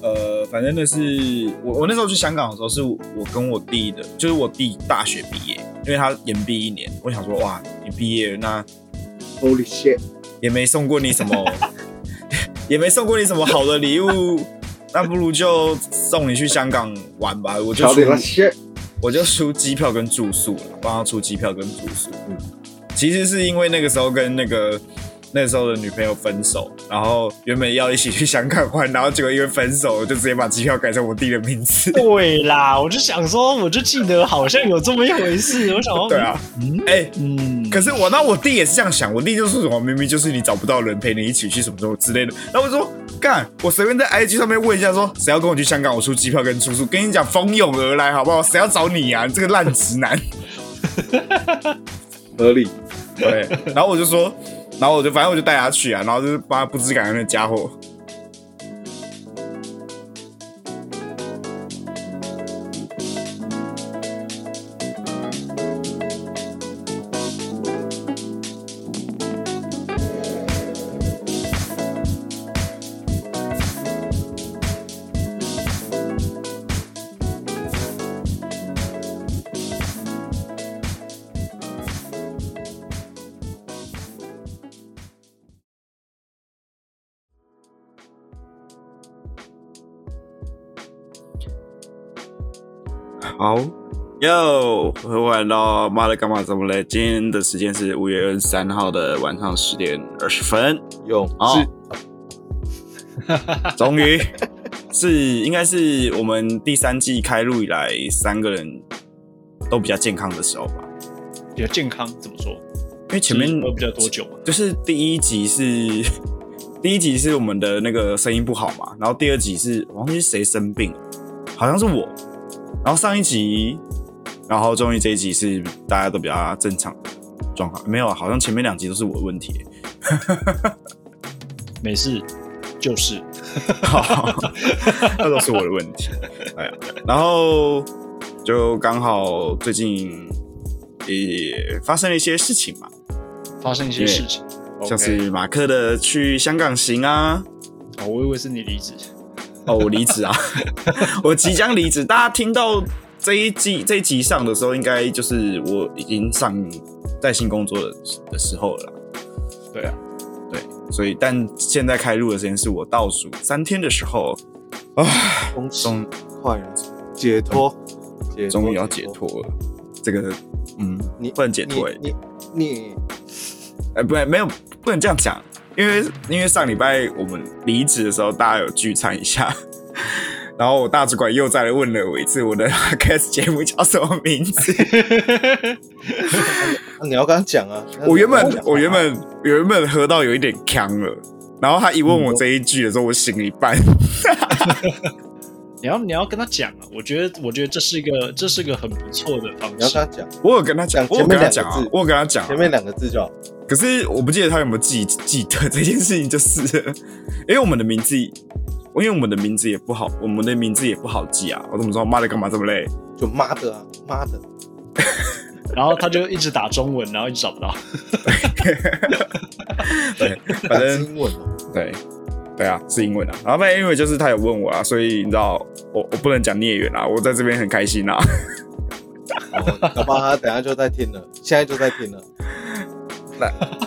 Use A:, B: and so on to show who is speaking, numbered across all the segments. A: 呃反正那是我我那时候去香港的时候，是我跟我弟的，就是我弟大学毕业，因为他延毕一年。我想说，哇，你毕业了那
B: Holy shit！
A: 也没送过你什么，也没送过你什么好的礼物，那不如就送你去香港玩吧。我就
B: 瞧
A: 出
B: 你个 shit！
A: 我就出机票跟住宿了，帮他出机票跟住宿。嗯，其实是因为那个时候跟那个那时候的女朋友分手，然后原本要一起去香港玩，然后结果因为分手，就直接把机票改成我弟的名字。
C: 对啦，我就想说，我就记得好像有这么一回 事，我想说，
A: 对啊，
C: 嗯
A: 哎、
C: 嗯，
A: 可是我那我弟也是这样想，我弟就说什么明明就是你找不到人陪你一起去什么什么之类的，然后我就说干，我随便在 IG 上面问一下说谁要跟我去香港，我出机票跟住宿，跟你讲蜂拥而来好不好？谁要找你呀、啊？你这个烂直男。
B: 合理。
A: 对，然后我就说，然后我就反正我就带他去啊，然后就是帮他不知感恩的家伙。好哟，喝完喽！妈的，干嘛这么累？今天的时间是五月二十三号的晚上十点二十分。
B: 有
A: 哦， 终于是应该是我们第三季开录以来，三个人都比较健康的时候吧。
C: 比较健康怎么说？
A: 因为前面
C: 喝比较多酒嘛，
A: 就是第一集是 第一集是我们的那个声音不好嘛，然后第二集是我忘记是谁生病了，好像是我，然后上一集，然后终于这一集是大家都比较正常的状况，没有，啊，好像前面两集都是我的问题。
C: 没事，就是
A: 好，那都是我的问题。哎呀，然后就刚好最近也发生了一些事情嘛，
C: 发生一些事情。
A: 像是马克的去香港行啊，
C: 哦，我以为是你离职，
A: 哦，我离职啊， 我即将离职。大家听到这一季这一集上的时候，应该就是我已经上在新工作的的时候了啦。
C: 对啊，
A: 对，所以但现在开录的时间是我倒数三天的时候，啊，
B: 恭喜
A: 终
B: 快了，解脱，解脱
A: 终于要解。脱了。这个，嗯，
B: 你
A: 不能解脱、欸，
B: 你你你
A: 哎、不能没有不能这样讲，因为因为上礼拜我们离职的时候，大家有聚餐一下。 然后我大主管又再来问了我一次，我的 podcast 节目叫什么名字？
B: 啊你要跟他讲啊！
A: 我原本
B: 你要跟他讲啊
A: 我原本原本喝到有一点呛了，然后他一问我这一句的时候，我醒了一半。
C: 你要你要跟他讲啊，我觉得我觉得这是一个这是一个很不错的方
B: 你要跟
C: 式
B: 他，讲
A: 我有跟他讲，
B: 讲
A: 我有跟他讲
B: 前
A: 啊
B: 面两个字，
A: 我有跟他讲啊。
B: 前面两个字就好。
A: 可是我不记得他有没有记记得这件事情，就是了因为我们的名字，因为我们的名字也不好，我们的名字也不好记啊。我怎么知道妈的干嘛这么累？
B: 就妈的啊，妈的！
C: 然后他就一直打中文，然后一直找不到。
A: 对，
B: 打
A: 反正
B: 英文哦，
A: 对，对啊，是英文啊。然后反正因为就是他有问我啊，所以你知道我我不能讲孽缘啊，我在这边很开心 啊。
B: 哦搞不好他等下就在听了，现在就在听了。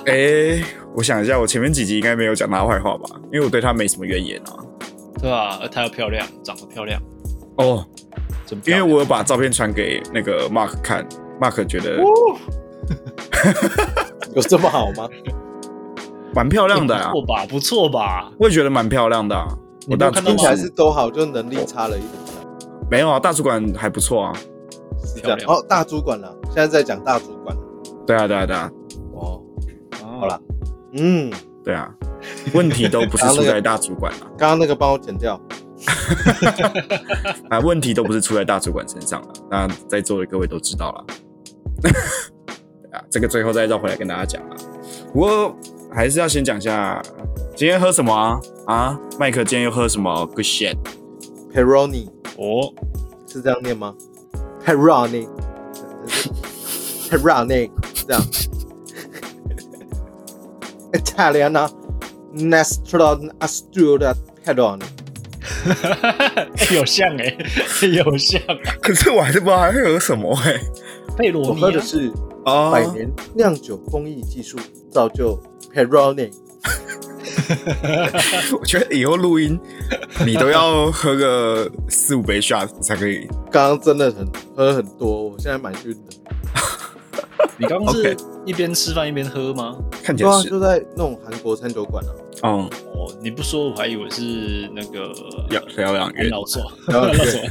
A: 哎、我想一下，我前面几集应该没有讲他坏话吧？因为我对他没什么怨言啊。
C: 对啊，而她又漂亮，长得漂亮，
A: 哦，
C: 真漂
A: 因为
C: 亮
A: 我有把照片传给那个 Mark 看，Mark 觉得
B: 有这么好 吗？
A: 蛮漂亮的啊
C: 不，错吧？哦不错吧？
A: 我也觉得蛮漂亮的啊。
C: 你
A: 我
C: 没
A: 大
C: 有看
A: 主
C: 到
B: 听
A: 管
B: 起来是都好，就能力差了一点，
A: 没有啊，大主管还不错啊。
B: 是这样
C: 漂。亮
B: 哦，大主管了，现在在讲大主管了。
A: 对啊，对啊，对啊，
B: 哦，
C: 好
B: 好啦，嗯，
A: 对啊，问题都 不是出在大主管啊，
B: 刚刚那个帮我剪掉。
A: 啊，问题都不是出在大主管身上了。那在座的各位都知道了。 对啊，这个最后再绕回来跟大家讲啊。不过还是要先讲一下今天喝什么啊？啊，麦克今天又喝什么？Good shit。
B: Peroni
C: 哦，
B: 是这样念吗？Peroni。Peroni 这样。Italiana Nestor Astura Peroni
C: 有像哎、 有像
A: 可是我还是不知道还会有什么哎、
C: 贝罗啊
B: 我
C: 米
B: 喝
C: 亚
B: 的是
A: 哦
B: 百年酿酒工艺技术造就 Peroni，
A: 我觉得以后录 音你都要喝个四五杯 shot 才可以。
B: 刚刚真的很喝很多，我现在蛮晕的。
C: 你刚刚是
A: OK
C: 一边吃饭一边喝吗？
A: 看起
B: 对
A: 来
B: 啊，
A: 是，
B: 就在那种韩国餐酒馆啊，
A: 嗯，
C: 哦，你不说我还以为是那个
A: 疗疗养院。
C: 老 索，
B: 疗养
C: 老
B: 院
C: 索，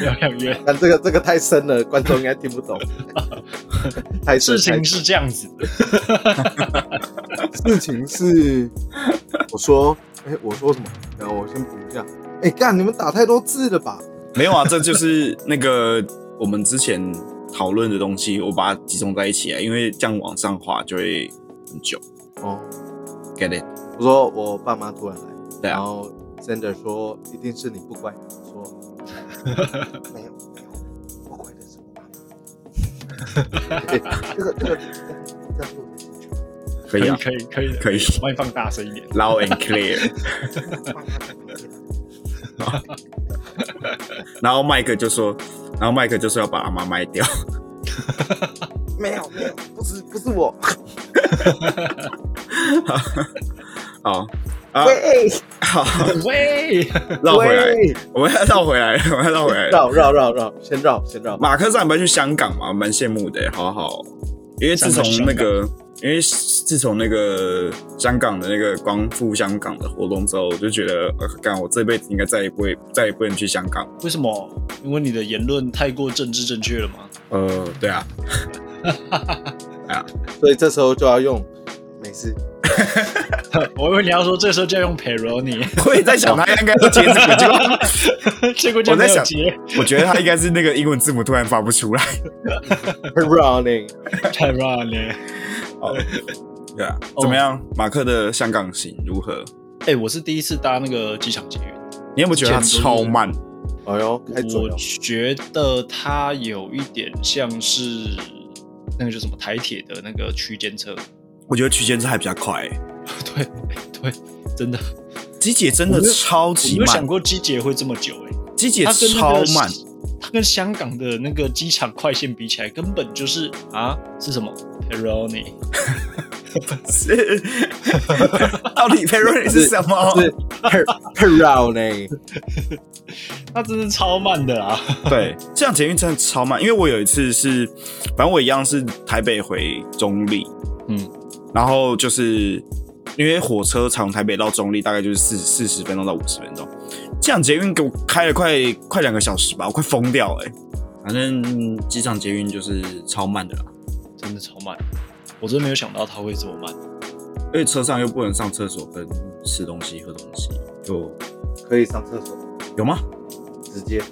C: 疗养院。
B: 但这个这个太深了，观众应该听不懂。太深
C: 事
B: 太深
C: 情是这样子的，
B: 事情是，我说，哎、我说什么？然后我先补一下。哎、干，你们打太多字了吧？
A: 没有啊，这就是那个我们之前讨论的东西，我把它集中在一起啊，因为这样往上滑就会很久。
B: 哦，
A: Get it？
B: 我说我爸妈突然来，
A: 对
B: 然
A: 啊，
B: 后 Sander 说一定是你不乖。我说 没有没有，不乖的是我爸妈。嘿嘿这个这个这样录得进去吗
A: 可以啊，
C: 可以可以的
A: 可以
C: 我帮你放大声一点。
A: ，loud and clear。
B: 爸妈在旁边啊
A: 然后麦克就说，然后麦克就说要把阿妈卖掉。
B: 没有没有，不是不是我。
A: 好啊，
B: 喂
A: 好，
C: 喂，
A: 绕回来，哎
B: 喂，
A: 我们要绕回来，我们要绕回来。
B: 绕绕绕绕，先绕先绕。
A: 马克上班去香港嘛，蛮羡慕的，好好。因为自从那个，因为自从那个香港的那个光复香港的活动之后，我就觉得，呃，干，我这辈子应该再也不会，再也不能去香港。
C: 为什么？因为你的言论太过政治正确 了吗？
A: 呃，对啊，
B: 所以这时候就要用美式。
C: 我以为你要说这时候就要用 Peroni，
A: 我也在想他应该要接这个，结果
C: 结果就
A: 我在
C: 没有
A: 想
C: 接
A: 我觉得他应该是那个英文字母突然发不 出来。
B: Running，
C: Peroni。
A: 哦，对啊，
C: 哦
A: 怎么样？马克的香港行如何？
C: 哎、我是第一次搭那个机场捷运，
A: 你有没有觉得他超慢？
B: 哎呦，开准
C: 我
B: 了，
C: 觉得它有一点像是那个叫什么台铁的那个区间车，
A: 我觉得区间车还比较快、欸，
C: 对对，真的，
A: 机姐真的
C: 我没有
A: 超
C: 我没
A: 级
C: 有想
A: 慢，
C: 过机捷会这么久哎、
A: 机姐
C: 它跟那
A: 超
C: 个
A: 慢。。
C: 它跟香港的那个机场快线比起来，根本就是啊，是什么 p e r o n i
A: 是， 到底 p e r o n 是什么？
B: 是 Running，
C: 它真是超慢的啊啦。
A: 对，这样捷运真的超慢，因为我有一次是，反正我一样是台北回中立，
C: 嗯，
A: 然后就是因为火车从台北到中立大概就是四四十分钟到五十分钟，这样捷运给我开了快快两个小时吧，我快疯掉哎、欸！反正机场捷运就是超慢的啦，
C: 真的超慢，我真没有想到它会这么慢。
A: 而且车上又不能上厕所跟吃东西喝东西，就
B: 可以上厕所，
A: 有吗？
B: 直接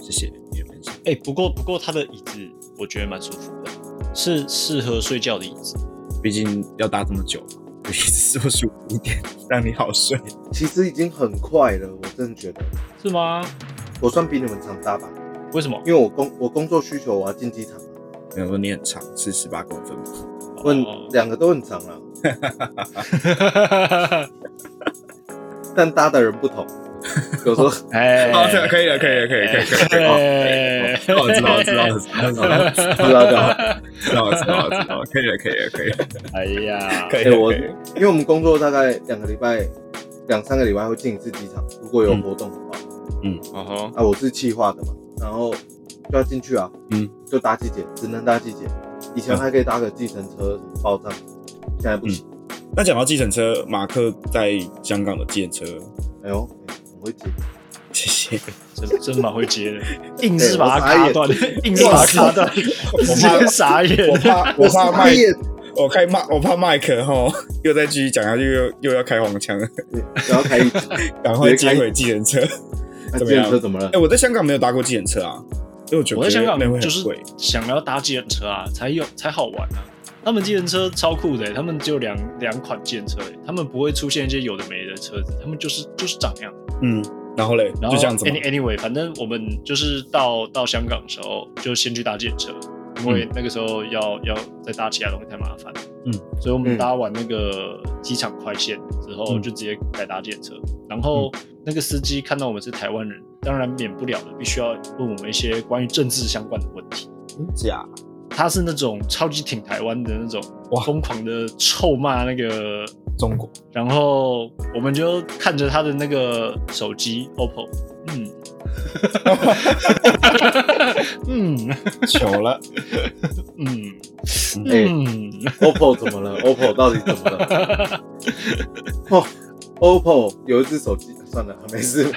A: 谢谢你的分享。
C: 哎、不过不过它的椅子我觉得蛮舒服的，是适合睡觉的椅子。
A: 毕竟要搭这么久，一直说舒服一点， 让你好睡。
B: 其实已经很快了，我真的觉得，
C: 是吗？
B: 我算比你们常搭吧，
C: 为什么？
B: 因为我工我工作需求我要进机场嘛，
A: 没有说你很长，是十八公分吗？
B: 问
C: 哦
B: 两个都很长了，但搭的人不 同，有时
A: 哦
B: 候
C: 哎，
A: 好，这样可以了，可以了，可以了，可以了，可以了。
C: 哎
A: 哦哦知道，知道，知道，知道，
B: 不知道干嘛。
A: 知道，知道，知道，可以了，可以了，可以了，
C: 哎呀，
A: 可以
B: 哎，
A: 了。
B: 我
A: 可以了
B: 因为我们工作大概两个礼拜。两三个礼拜会进一次机场，如果有
A: 嗯
B: 活动的话，
C: 哦吼，
B: 啊，我是企划的嘛，然后就要进去啊，
A: 嗯，
B: 就搭季节，只能搭季节。以前还可以搭个计程车、什么报站，现在不行。
A: 那讲到计程车，马克在香港的计程车，
B: 哎呦，哎很会接，
A: 谢谢。
C: 真真蛮会接的， 硬是把它卡 断，硬是
B: 我
C: 把它
B: 傻
C: 卡
B: 眼
C: 断，
A: 我
C: 直
A: 怕
C: 接傻
A: 我
C: 眼。
A: 怕，我怕
B: 傻
A: 麦，
B: 眼
A: 我开麦，我怕麦克哈，又再继续讲下去，又又要开黄腔了，
B: 然后开一集，
A: 赶快接回计程车。
B: 那
A: 怎么
B: 计
A: 样
B: 程车怎么 了
A: 哎，？我在香港没有搭过计程车啊，因为我觉得
C: 我在香港
A: 那会很
C: 就是
A: 贵
C: 想要搭计程车啊，才有才好玩啊。他们计程车超酷的、他们只有两两款计程车、欸他们不会出现一些有的没的车子，他们就是就是长那样。
A: 嗯，然后嘞，
C: 然
A: 就
C: 后
A: 这样子嘛
C: any anyway，反正我们就是到到香港的时候，就先去搭计程车，因为那个时候要要再搭其他东西太麻烦。
A: 嗯，
C: 所以我
B: 嗯
C: 们搭完那个机场快线之后，
A: 嗯
C: 就直接改搭电车。然后那个司机看到我们是台湾人，当然免不了的，必须要问我们一些关于政治相关的问题。
A: 真假？
C: 他是那种超级挺台湾的那种
A: 哇，
C: 疯狂的臭骂那个
A: 中国
C: 然后我们就看着他的那个手机 OPPO，嗯， 嗯
A: 糗了，
C: 嗯
B: 哎
C: 嗯，
B: OPPO 怎 么了？OPPO 到底怎么了 哦？OPPO 有一只手机，算了，啊没 事。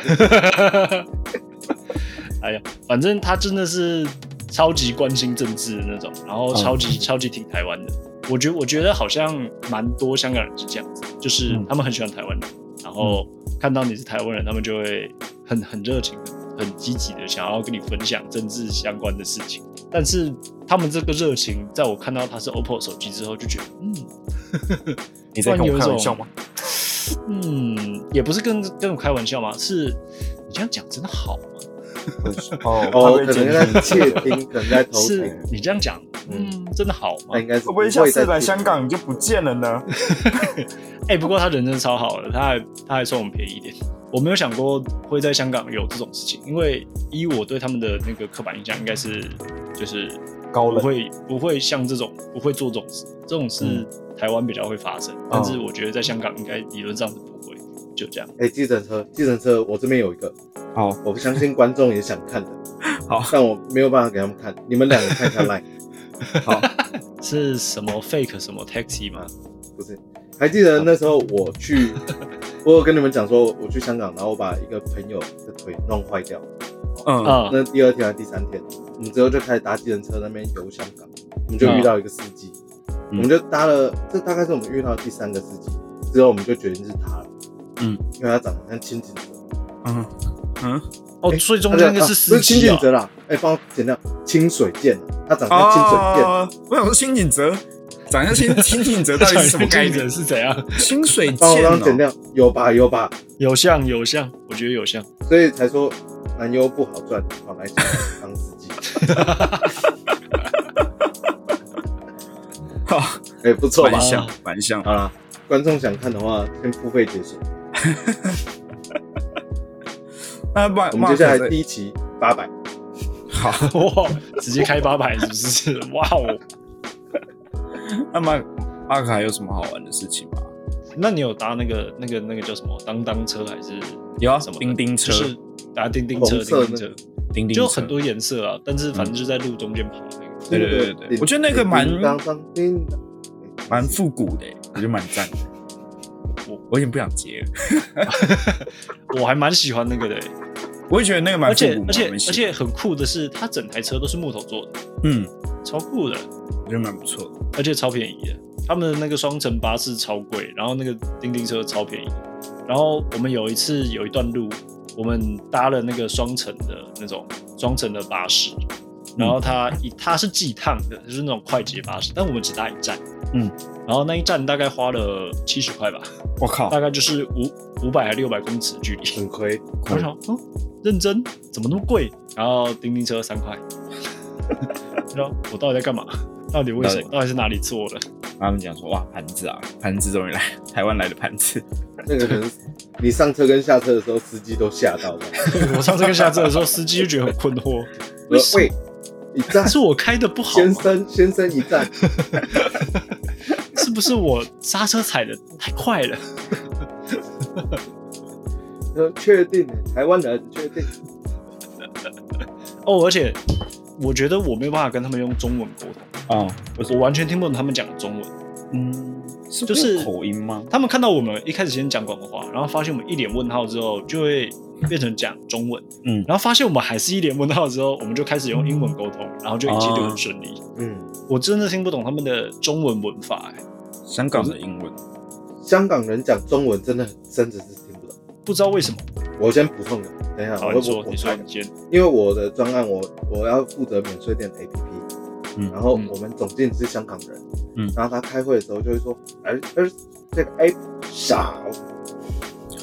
C: 哎呀，反正他真的是超级关心政治的那种，然后超级、
A: 嗯
C: 超级挺台湾的。我觉得我觉得好像蛮多香港人是这样子，就是
A: 嗯
C: 他们很喜欢台湾人，然后看到你是台湾人，他们就会很很热情、很很积极的想要跟你分享政治相关的事情。但是他们这个热情，在我看到他是 OPPO 手机之后，就觉得嗯
A: 你在跟我开玩笑 吗？
C: 嗯，也不是跟跟我开玩笑嘛，是你这样讲真的好吗？
A: 哦
B: 哦，
A: 他
B: 可
A: 会
B: 能
A: 监
B: 在
A: 听
B: 窃听，可能在偷
C: 是
B: 听。
C: 你这样讲，
B: 嗯
C: 嗯，真的好吗
B: 那？应该是
A: 啊会不会下次来香港你就不见了呢？
C: 哎、不过他人真的超好的，他还他还算我们便宜一点。我没有想过会在香港有这种事情，因为依我对他们的那个刻板印象，应该是就是
A: 高
C: 不
A: 冷，
C: 会不会像这种不会做这种事，这种事
A: 嗯
C: 台湾比较会发生，但是我觉得在香港应该理论上是不会，就这样。
B: 哎，计程车，计程车，我这边有一个，
A: 好，
B: 我相信观众也想看的。
A: 好，
B: 但我没有办法给他们看，你们两个 看一下 line。
A: 好，
C: 是什么 fake 什么 taxi 吗？
B: 还记得那时候我去， 我有跟你们讲说我去香港，然后我把一个朋友的腿弄坏掉。
A: 嗯，
C: 啊、
B: 那第二天还是第三天，我们之后就开始搭计程车那边游香港，我们就遇到一个司机，
C: 嗯
B: 我们就搭了，这大概是我们遇到的第三个司机，之后我们就决定是他了，
A: 嗯，
B: 因为他长得像清景泽，
A: 嗯嗯，
C: 哦，
B: 哎
C: 最终
B: 他
C: 那个
B: 啊
C: 是
B: 不
C: 司
B: 是清
C: 机
B: 景
C: 啊、
B: 泽啦，哎，帮我剪掉清水剑，他长得像清水剑，
C: 哦
A: 啊，我想说清景泽，长相 清清景泽到底是什么 概念？
C: 是怎样？
A: 清水
B: 帮我
A: 剑
B: 帮我剪
A: 哦，
B: 掉，有吧有吧，
C: 有像有像，我觉得有像。
B: 所以才说男优不好赚，跑来香港当司 机，
A: 好，
B: 哎，不错吧
A: 蛮？像，蛮像。
B: 好啦，观众想看的话，先付费解
C: 哎
B: 锁，
A: 那不然，
B: 我们接下来第一期八百。
A: 好，
C: 哇，直接开八百是不是？哇哦！
A: 那马马卡还有什么好玩的事情吗？
C: 那你有搭那个那个那个叫什么当当车还是
A: 有啊
C: 什么的
A: 叮叮车
C: 就是搭叮叮车、
B: 红色
C: 叮叮车，
A: 叮叮
C: 就
A: 车
C: 很多颜色啊，但是反正就在路中间跑那个。
A: 对对对对对我觉得那个蛮
B: 叮当当叮当
A: 蛮复古的，欸我觉得蛮赞的。我我有点不想接了，
C: 我还蛮喜欢那个的欸、
A: 我也觉得那个蛮
C: 而
A: 复
C: 且
A: 古，
C: 而且
A: 蛮
C: 而
A: 喜欢
C: 且很酷的是，它整台车都是木头做的，
A: 嗯，
C: 超酷的，
A: 我觉得蛮不错的。
C: 而且超便宜的。他们的那个双层巴士超贵，然后那个叮叮车超便宜。然后我们有一次有一段路，我们搭了那个双层的那种双层的巴士，然后它一它是寄趟的，就是那种快捷巴士，但我们只搭一站，
A: 嗯，
C: 然后那一站大概花了七十块吧，
A: 我靠，
C: 大概就是五五百还六百公尺距离。
B: 很亏，
C: 我想，嗯，认真怎么那么贵？然后叮叮车三块， 然后我到底在干嘛？到底为什么？到底是哪里错了？
A: 然后他们讲说哇盘子啊，盘子终于来，台湾来的盘子，
B: 那个可能是你上车跟下车的时候，司机都吓到了。
C: 我上车跟下车的时候，司机就觉得很困惑， 为什么
B: 喂，一站，
C: 是我开的不好
B: 先
C: 吗？
B: 生，先生一站，
C: 是不是我刹车踩的太快了？
B: 呃确定台湾人，确定
C: 哦，而且我觉得我没有办法跟他们用中文沟通，
A: 哦，
C: 我完全听不懂他们讲的中文。
A: 嗯，是
C: 就
A: 不
C: 是
A: 有口音吗？
C: 他们看到我们一开始先讲广东话，然后发现我们一脸问号之后，就会变成讲中文，
A: 嗯
C: 然后发现我们还是一脸问号之后，我们就开始用英文沟通，然后就一切就很顺利。
B: 嗯，
C: 我真的听不懂他们的中文文法、哎，
A: 香港的英文，
B: 香港人讲中文真的真的是听不懂。
C: 不知道为什么。
B: 我先补充一个，等一下
C: 好，
B: 我
C: 你
B: 我
C: 说，
B: 我
C: 你说，
B: 我
C: 你先。
B: 因为我的专案我我要负责免税店的 APP，
A: 嗯
B: 然后
C: 嗯
B: 我们总经理是香港人，
A: 嗯
B: 然后他开会的时候就会说，哎哎，这个 A 少，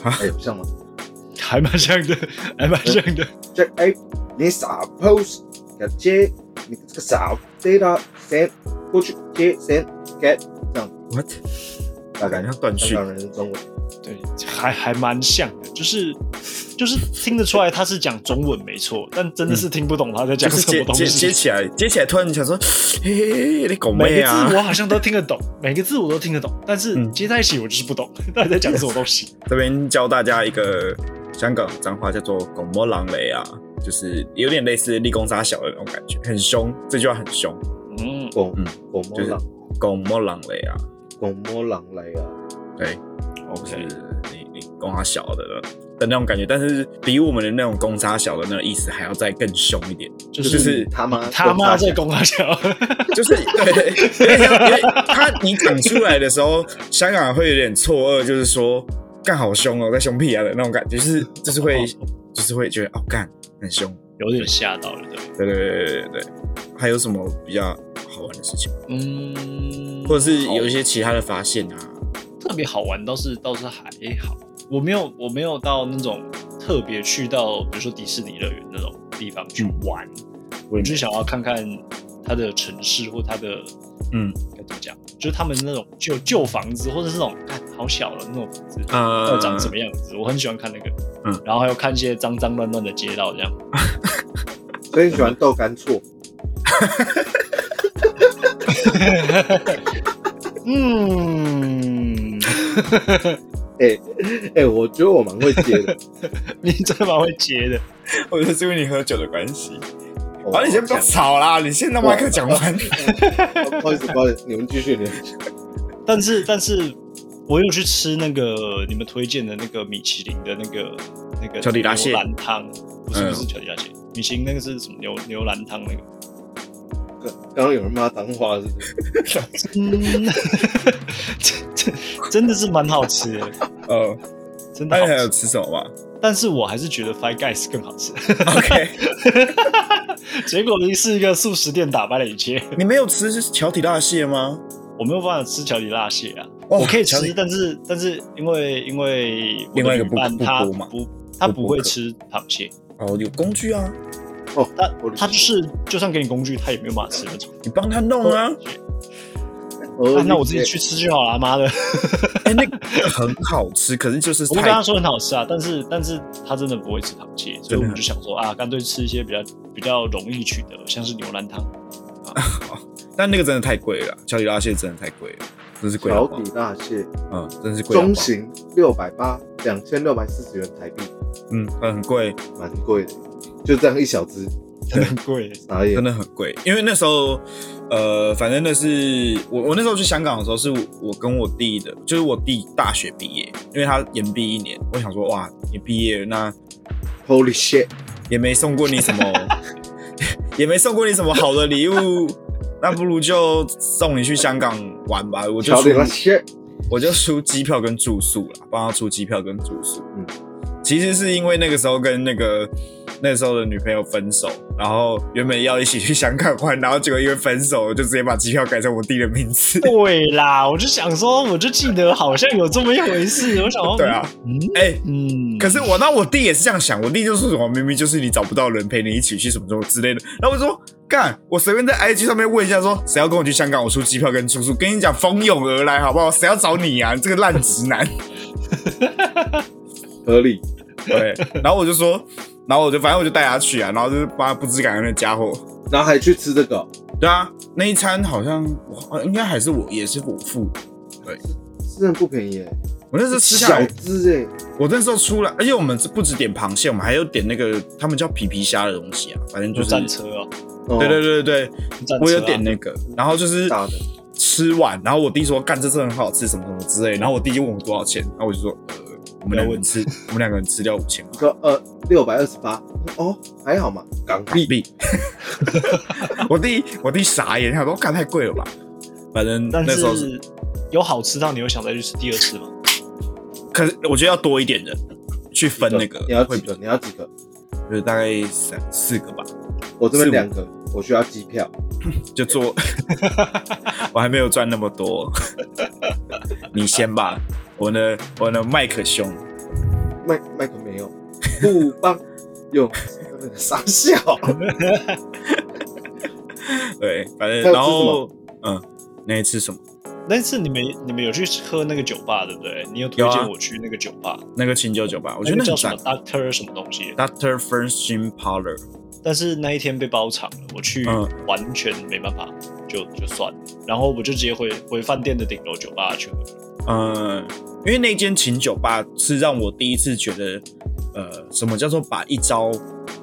B: 哎有像吗？
C: 还蛮像的，还蛮像的。
B: 这个 A 你傻 pose 个接你这个傻飞到谁过去接谁 get，
A: What？
B: 大概
A: 感觉像断
B: 香
A: 续。
B: 港人的中文。
C: 对，还还蛮像的，就是就是听得出来他是讲中文没错，但真的是听不懂他在
A: 就
C: 讲
A: 是
C: 什么
A: 接
C: 东
A: 接
C: 西
A: 接。起来，接起来，突然想说，嘿嘿嘿，你狗
C: 每
A: 妹
C: 个字
A: 啊！
C: 我好像都听得懂， 每个字我都听得懂，但是
A: 嗯
C: 接在一起我就是不懂 到底在讲什么东西。
A: 这边教大家一个香港脏话，叫做“狗摸狼雷”啊，就是有点类似立功杀小的那种感觉，很凶。这句话很凶，
C: 嗯，
B: 拱
A: 嗯
B: 拱摸
A: 就是
B: 狼，
A: 狗摸狼雷啊，
B: 拱摸狼来啊！
A: 对，就
C: OK
A: 是你你攻他小的的那种感觉，但是比我们的那种攻杀小的那个意思还要再更凶一 点，就
C: 就
A: 是是
B: 嗯他妈
C: 他妈在公阿小，
A: 就是 对，因为像因为他你讲出来的时候，香港人会有点错愕，就是说干好凶哦，在凶屁啊的那种感觉，就是就是 会就是会觉得哦干很凶，
C: 哦有点吓到了，
A: 对对
C: 对。
A: 对对对对。还有什么比较好玩的事情，
C: 嗯，
A: 或者是有一
C: 些
A: 些其他的发现啊？
C: 特别好玩倒是倒是还好，我没有我没有到那种特别去到比如说迪士尼乐园那种地方去玩，
A: 我
C: 我就是想要看看它的城市或它的
A: 嗯
C: 该怎么讲，就是他们那种旧旧房子或者是那种看好小的那种房子，
A: 呃
C: 要长什么样子，我很喜欢看那个，
A: 嗯，
C: 然后还有看一些脏脏乱乱的街道这样，
B: 所以你喜欢豆干错，
C: 嗯，
B: 哎，我觉得我蛮会接 的。
C: 你真的蛮会接的，
A: 我觉得是因为你喝酒的关系。
B: 我
A: 好，啊你先不要吵啦，你先让麦克讲完。
B: 不好意思，不好意思，你们继续聊。
C: 但是但是我有去吃那个你们推荐的那个米其林的那个那个
A: 小底拉蟹
C: 牛腩汤，不是
A: 嗯
C: 不是小底拉蟹，米其林那个是什么牛牛腩 汤那个，
B: 刚刚有人骂脏话，是不是？
C: 嗯，真真真的是蛮好吃的，
A: 呃，
C: 真的
A: 那
C: 好
A: 你还有
C: 吃，
A: 吃什么吗
C: 但是我还是觉得 Five Guys 更好吃。
A: ？OK，
C: 结果呢是一个素食店打败了一切。
A: 你没有吃桥底大蟹吗？
C: 我没有办法吃桥底辣蟹啊，
A: 哦
C: 我可以
A: 桥底
C: 吃，但是但是因为因为我的
A: 另外一个
C: 旅
A: 不
C: 伴
A: 不
C: 他
A: 播嘛
C: 不他
A: 不
C: 不
A: 播
C: 会
A: 客
C: 吃螃蟹，
A: 哦，有工具啊，
C: 他
B: 我的
C: 他就是就算给你工具，他也没有办法吃那种。
A: 你帮他弄啊。
B: 哦
C: 啊那我自己。去吃就好了，妈的！
A: 哎、那个很好吃，可是就是
C: 我们跟
A: 太
C: 他说很好吃啊，但是但是他真的不会吃螃蟹，所以
A: 真的
C: 我们就想说啊，干脆吃一些比较比较容易取得，像是牛 腩汤。
A: 但那个真的太贵了，小底拉蟹真的太贵了，真是贵到
B: 桥
A: 爆
B: 底大蟹，
A: 嗯，真是贵到爆
B: 中型六百八，两千六百四十元台币，
A: 嗯，很贵，
B: 蛮贵的。就这样一小只，
C: 真的很贵，
B: 傻眼
A: 真。的很贵。因为那时候，呃，反正那是我我那时候去香港的时候，是我我跟我弟的，就是我弟大学毕业，因为他延毕一年，我想说哇，你毕业了那
B: Holy shit！
A: 也没送过你什么， 也没送过你什么好的礼物，那不如就送你去香港玩吧。我就
B: 桥底
A: 出
B: 大蟹，
A: 我就出机票跟住宿啦，帮他出机票跟住宿。
B: 嗯
A: 嗯，其实是因为那个时候跟那个那时候的女朋友分手，然后原本要一起去香港玩，然后结果因为分手，我就直接把机票改成我弟的名字。
C: 对啦，我就想说，我就记得好像有这么一回事，我想说，
A: 对啊，
C: 嗯
A: 哎、
C: 嗯，
A: 可是我那我弟也是这样想，我弟就说什么明明就是你找不到人陪你一起去什么什么之类的，然后我说干，我随便在 IG 上面问一下说谁要跟我去香港，我出机票跟住宿，跟你讲蜂拥而来好不好？谁要找你啊？你这个烂直男。
B: 合理。
A: 对，然后我就说，然后我就反正我就带他去啊，然后就是把他不知感恩的家伙。
B: 然后还去吃这个哦，
A: 对啊，那一餐好像我应该还是我也是我付的，
B: 真的不便宜耶，
A: 我那时候吃下
B: 小
A: 来，
B: 只哎，
A: 我那时候出来，而且我们不只点螃蟹，我们还有点那个他们叫皮皮虾的东西啊，反正就
C: 就是战车哦，
B: 哦
A: 对对对对对，
C: 战车啊
A: 我有点那个，然后就是
B: 大的
A: 吃完，然后我弟说干这真的很好吃什么什么之类，然后我弟就问我多少钱，然后我就说呃，我们两个人吃，我们两个人吃掉五千块。
B: 说呃六百二十八，哦还好嘛，港币。
A: 币。我弟我弟傻眼，他说：“看太贵了吧？”反正
C: 但
A: 那时候是，
C: 是有好吃到你会想再去吃第二次吗？
A: 可是我觉得要多一点人去分那个，
B: 你要
A: 会
B: 几
A: 比
B: 个？你要几个？
A: 就是大概三四个吧，
B: 我这
A: 四
B: 边
A: 五
B: 两个，我需要机票。
A: 就做。我还没有赚那么多，你先吧。我的我的麦克兄，
B: 麦麦克没有， 不帮有傻笑。
A: 对，反正
B: 还有吃
A: 然后嗯，那一次什么？
C: 那次你们你们有去喝那个酒吧对不对？你有推
A: 有啊
C: 荐我去那个酒吧，
A: 那个清酒酒吧，我
C: 我
A: 觉得那
C: 叫
A: 很
C: 什么
A: 赞。
C: Doctor 什么东西，
A: Doctor First Gin Parlor，
C: 但是那一天被包场了，我去
A: 嗯
C: 完全没办法，就就算了，然后我就直接回回饭店的顶楼酒吧去喝。
A: 呃，因为那间琴酒吧是让我第一次觉得，呃，什么叫做把一招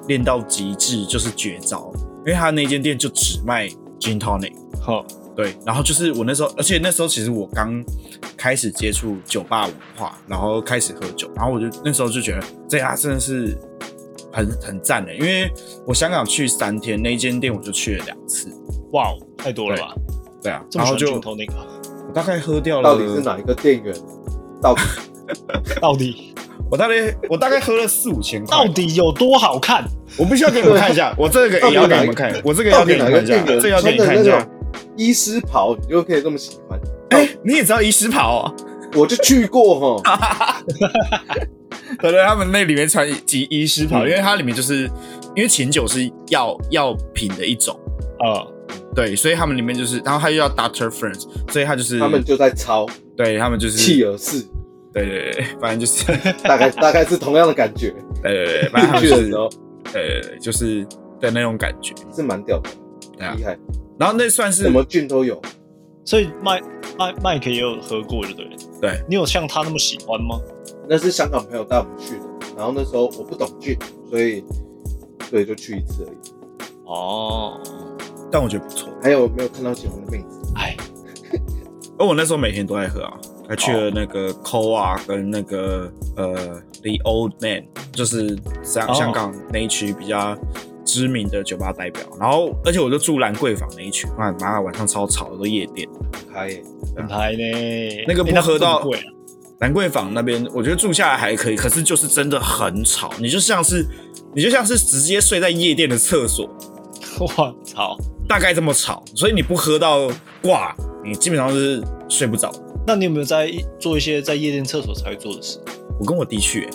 A: 练到极致就是绝招，因为他那间店就只卖 gin tonic，
C: 好，
A: 对，然后就是我那时候，而且那时候其实我刚开始接触酒吧文化，然后开始喝酒，然后我就那时候就觉得这家真的是很很赞欸的，因为我香港去三天，那间店我就去了两次，
C: 哇，哦，太多了吧？
A: 对啊，
C: 这
A: 然
C: 么喜
A: 后就
C: 欢啊镜头 那个，
A: 我大概喝掉了，
B: 到底是哪一个店员？到底
C: 到底
A: 我大概我大概喝了四五千块，
C: 到底有多好看？
A: 我必须要给你们看一下，我这个也要给你们看，我这个也要给你
B: 哪
A: 们
B: 个
A: 看一下，
B: 店员
A: 这个要给
B: 穿
A: 你
B: 的
A: 看
B: 那
A: 一下
B: 种。医师袍，你就可以这么喜欢？
A: 哎、你也知道医师袍哦，
B: 我就去过哈，
A: 对对，他们那里面穿及医师袍，
C: 嗯
A: 因为它里面就是因为琴酒是药药品的一种，
C: 啊，
A: 对，所以他们里面就是，然后它又叫 Doctor Friends，所以它 就是
B: 他们就在抄
A: 对他们就是
B: 契尔氏，
A: 对对对，反正就是 对
B: 大概大概是同样的感觉。
A: 对对，反正他们
B: 去
A: 就
B: 的
A: 是
B: 时候
A: 对对对，就是的那种感觉，
B: 是蛮屌的，
A: 对啊
B: 厉害，
A: 然后那算是
B: 什么菌都有。
C: 所以麦麦麦克也有喝过，对不对？
A: 对，
C: 你有像他那么喜欢吗？
B: 那是香港朋友带我们去的，然后那时候我不懂菌，所以对就去一次而已。
C: 哦，
A: 但我觉得不错，
B: 还有没有看到喜欢的妹子？
C: 哎，
A: 而我那时候每天都在喝啊，还去了那
B: 哦
A: 个 Co 啊，跟那个呃 The Old Man，就是香
C: 哦
A: 香港那一区比较知名的酒吧代表。然后，而且我就住兰桂坊那一区，哇妈晚上超吵，都夜店。
B: 很嗨耶！
C: 很嗨呢。
A: 那个不
C: 哎
A: 喝到
C: 很贵啊
A: 兰桂坊那边，我觉得住下来还可以，可是就是真的很吵，你就像是你就像是直接睡在夜店的厕所，
C: 我操！
A: 大概这么吵，所以你不喝到挂，你基本上是睡不着。
C: 那你有没有在一做一些在夜店厕所才会做的事？
A: 我跟我弟去、欸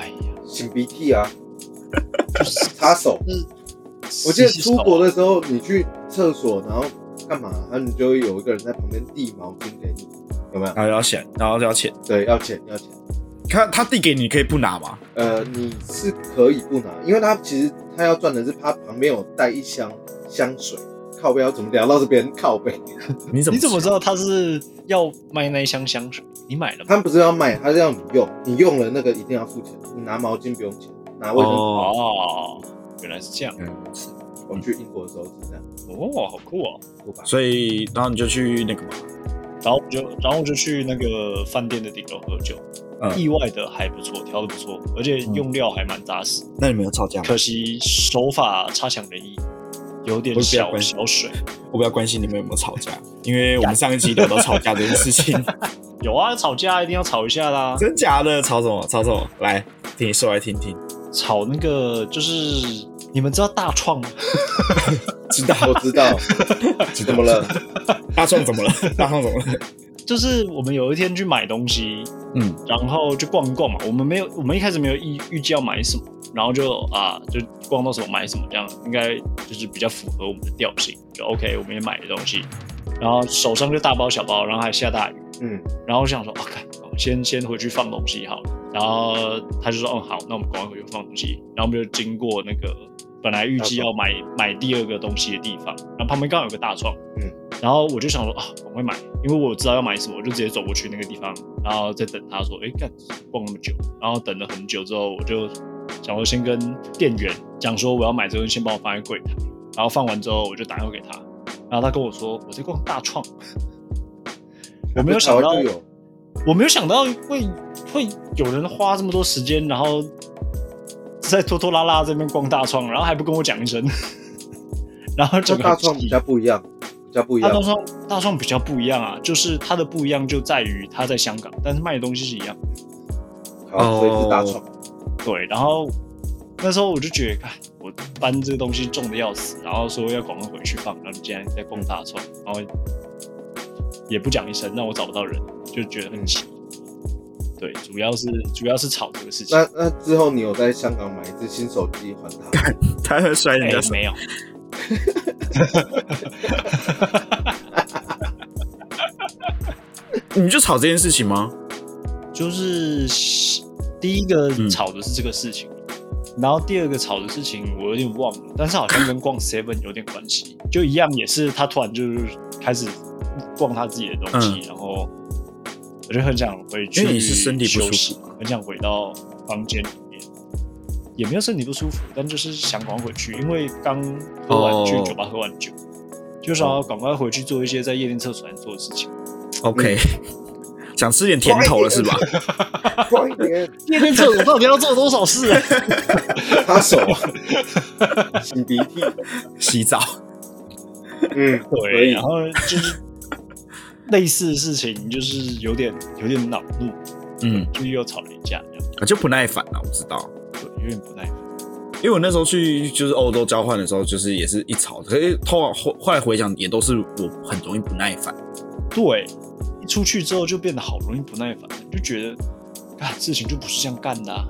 C: 哎呀，
B: 擤鼻涕啊， 擦手。我记
C: 这
B: 得出国的时候，你去厕所，然后干嘛？然后你就会有一个人在旁边递毛巾给你，有没有？
A: 然后要钱，然后要钱，
B: 对，要钱要钱。
A: 他他递给你，你可以不拿吗？
B: 呃，你是可以不拿，因为他其实他要赚的是他旁边有带一箱香水。靠背要怎么聊到这边？靠背，
A: 你怎么
C: 你怎么
A: 知
C: 知道他是要卖那一箱香水？你买了吗？
B: 他们不是要卖，他是要你用，你用了那个一定要付钱，你拿毛巾不用钱，拿卫生纸。
A: 哦，
C: 哦，原来是这样
A: 嗯，
B: 我去英国的时候是这样，
C: 哦，好酷哦！
B: 不吧？
A: 所以然后你就去那个嘛，
C: 然后我就，然后我就去那个饭店的顶楼喝酒，
A: 嗯
C: 意外的还不错，调的不错，而且用料还蛮扎实。
A: 那你们有吵架吗？
C: 可惜手法差强人意，有点
A: 我比较
C: 小
A: 关心
C: 小水。
A: 我比较关心你们有没有吵架，因为我们上一集聊到吵架这件事情，
C: 有啊，吵架一定要吵一下啦，
A: 真假的？吵什么？吵什么？来，听你说来听听。
C: 吵那个就是你们知道大创吗？
A: 知道
B: 我知道， 怎么了？
A: 大壮怎么 了？大壮怎么了？
C: 就是我们有一天去买东西，
A: 嗯，
C: 然后就逛一逛嘛。我们没有，我们一开始没有预预计要买什么，然后就啊，就逛到什么买什么，这样应该就是比较符合我们的调性，就 OK。我们也买了东西，然后手上就大包小包，然后还下大雨，
B: 嗯，
C: 然后我想说，啊，看，先先回去放东西好了。然后他就说，嗯，好，那我们赶快回去放东西。然后我们就经过那个本来预计要买买第二个东西的地方，然后旁边刚好有个大创，
B: 嗯，
C: 然后我就想说，啊，赶快买，因为我知道要买什么，我就直接走过去那个地方，然后再等他说，哎，干，逛那么久，然后等了很久之后，我就想说先跟店员讲说我要买这个，先帮我放在柜台，然后放完之后我就打电话给他，然后他跟我说我在逛大创，我没有想到
B: 台湾就有，
C: 我没有想到会会有人花这么多时间，然后在拖拖拉拉这边逛大创，然后还不跟我讲一声， 然后
B: 这
C: 整个
B: 大创比较不一样，比较不一
C: 大
B: 样。
C: 创大创比较不一样啊，就是它的不一样就在于它在香港，但是卖的东西是一样的。
B: 好，所以是大创。
C: 对，然后那时候我就觉得，看哎我搬这个东西重的要死，然后说要赶快回去放，然后你竟然在逛
B: 嗯
C: 大创，然后也不讲一声，让我找不到人，就觉
B: 嗯
C: 得很气。对，主要是主要是吵这个事情。
B: 那那之后你有在香港买一只新手机还他？
A: 他会摔人
C: 哎
A: 家手，
C: 没有，
A: 你们就吵这件事情吗？
C: 就是第一个
A: 嗯
C: 吵的是这个事情，然后第二个吵的事情我有点忘了，但是好像跟逛 Seven 有点关系，就一样也是他突然就是开始逛他自己的东西，然后我就很想回去，
A: 因为你是身体不舒服嘛，
C: 很想回到房间里面，也没有身体不舒服，但就是想赶快回去，因为刚喝完去
A: 哦
C: 酒吧喝完酒，就想要赶快回去做一些在夜店厕所能做的事情。
A: OK，、想嗯吃点甜头了是吧？
B: 快一点，
C: 夜店厕所到底要做多少事啊？
B: 擦手， 擤鼻涕，
A: 洗澡，
B: 嗯，可
C: 对，
B: 以
A: 啊
C: 然后就是 类似的事情，就是有点有点恼怒，
A: 嗯，
C: 就又吵了一架，这样
A: 我啊就不耐烦了，我知道。
C: 对，有点不耐烦。
A: 因为我那时候去就是欧洲交换的时候，就是也是一吵，可是后来后后来回想也都是我很容易不耐烦。
C: 对，一出去之后就变得好容易不耐烦，就觉得，干事情就不是这样干的啊、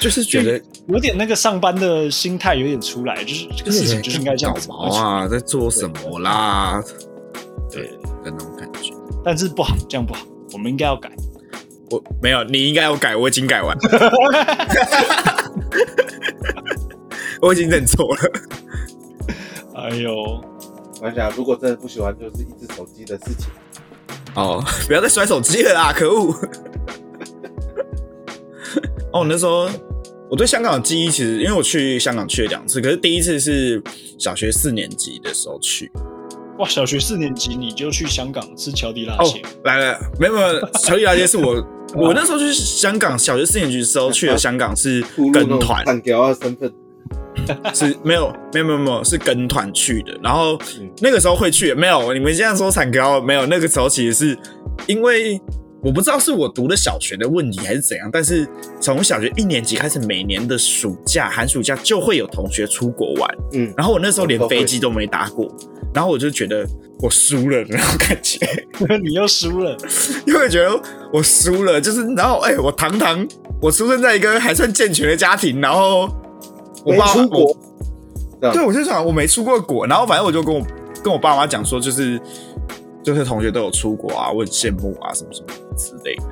A: 就是觉得
C: 有点那个上班的心态有点出来，就是这个事情就是应该这样
A: 搞
C: 子哦
A: 毛啊，在做什么啦
C: 对，
A: 的那种感觉。
C: 但是不好，这样不好，我们应该要改。
A: 我没有，你应该要改，我已经改完， 我已经认错了。
C: 哎呦，
B: 我想，啊如果真的不喜欢，就是一只手机的事情。
A: 哦，不要再摔手机了啦， 可恶！哦，那时候我对香港的记忆，其实因为我去香港去了两次，可是第一次是小学四年级的时候去。
C: 哇，小学四年级你就去香港吃乔迪辣
A: 哦
C: 蟹，，
A: 来了，没有没有，乔丽大街是我我那时候去香港小学四年级的时候去的香港是
B: 吐露那
A: 跟
B: 种
A: 团，
B: 上吊啊身份，
A: 是没有没有没有没有是跟团去的，然后
B: 嗯
A: 那个时候会去没有？你们现在说惨高没有？那个时候其实是因为我不知道是我读的小学的问题还是怎样，但是从小学一年级开始，每年的暑假寒暑假就会有同学出国玩，
B: 嗯，
A: 然后我那时候连飞机都没搭过，然后我就觉得我输了的那种感觉，
C: 你又输了。
A: 因为觉得我输了，就是然后哎、我堂堂我出生在一个还算健全的家庭，然后我
B: 没
A: 爸
B: 出
A: 我
B: 国，这
A: 对，
B: 样
A: 我就想我没出过国，然后反正我就跟我跟我爸妈讲说，就是就是同学都有出国啊，我很羡慕啊，什么什么之类的。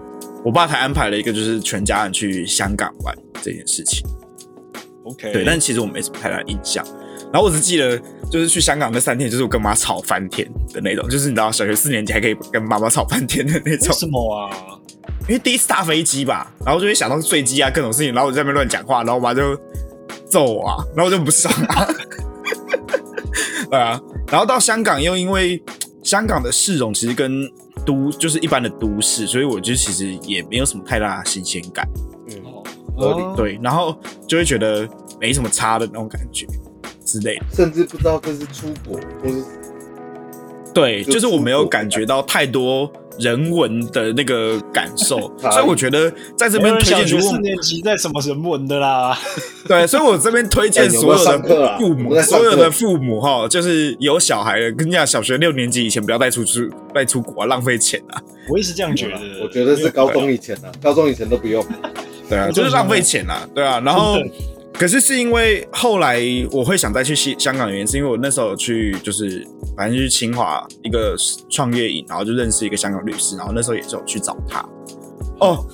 A: 我爸才安排了一个就是全家人去香港玩这件事情，
C: OK，
A: 对，但其实我没什么太大的印象。然后我只记得就是去香港那三天，就是我跟妈吵翻天的那种，就是你知道小学四年级还可以跟妈妈吵翻天的那
C: 为
A: 种，
C: 什么啊？
A: 因为第一次搭飞机吧，然后就会想到坠机啊各种事情，然后我就在那边乱讲话，然后我妈就揍我啊，然后我就不爽啊， 对啊，然后到香港又因为香港的市容其实跟都就是一般的都市，所以我就其实也没有什么太大的新鲜感，
B: 嗯，合理
C: 哦，
A: 对，然后就会觉得没什么差的那种感觉之类的。
B: 甚至不知道这是出国，或是
A: 对，
B: 就
A: 就是我
B: 出
A: 没有
B: 国
A: 感
B: 的
A: 觉到太多人文的那个感受，
B: 差
A: 所以我
B: 异
A: 觉得在这
C: 没
A: 边
C: 有人
A: 推
C: 小
A: 荐
C: 学
A: 如果
C: 四年级在什么人文的啦？
A: 对，所以我这边推荐所有
B: 哎有没有上课
A: 的
B: 啊
A: 父
B: 有没
A: 母，
B: 有在上
A: 所
B: 课
A: 有的父母哈，就是有小孩的，跟你讲，小学六年级以前不要带出去，带出国、啊，浪费钱啊，
C: 我一直这样觉
B: 有啦
C: 得，
B: 我觉得是高中以前啊，高中以前都不用。
A: 对啊，
C: 嗯
A: 就是浪费钱啊，对啊。然后，可是是因为后来我会想再去西香港的原因，是因为我那时候有去就是反正就是清华一个创业营，然后就认识一个香港律师，然后那时候也是有去找他。哦，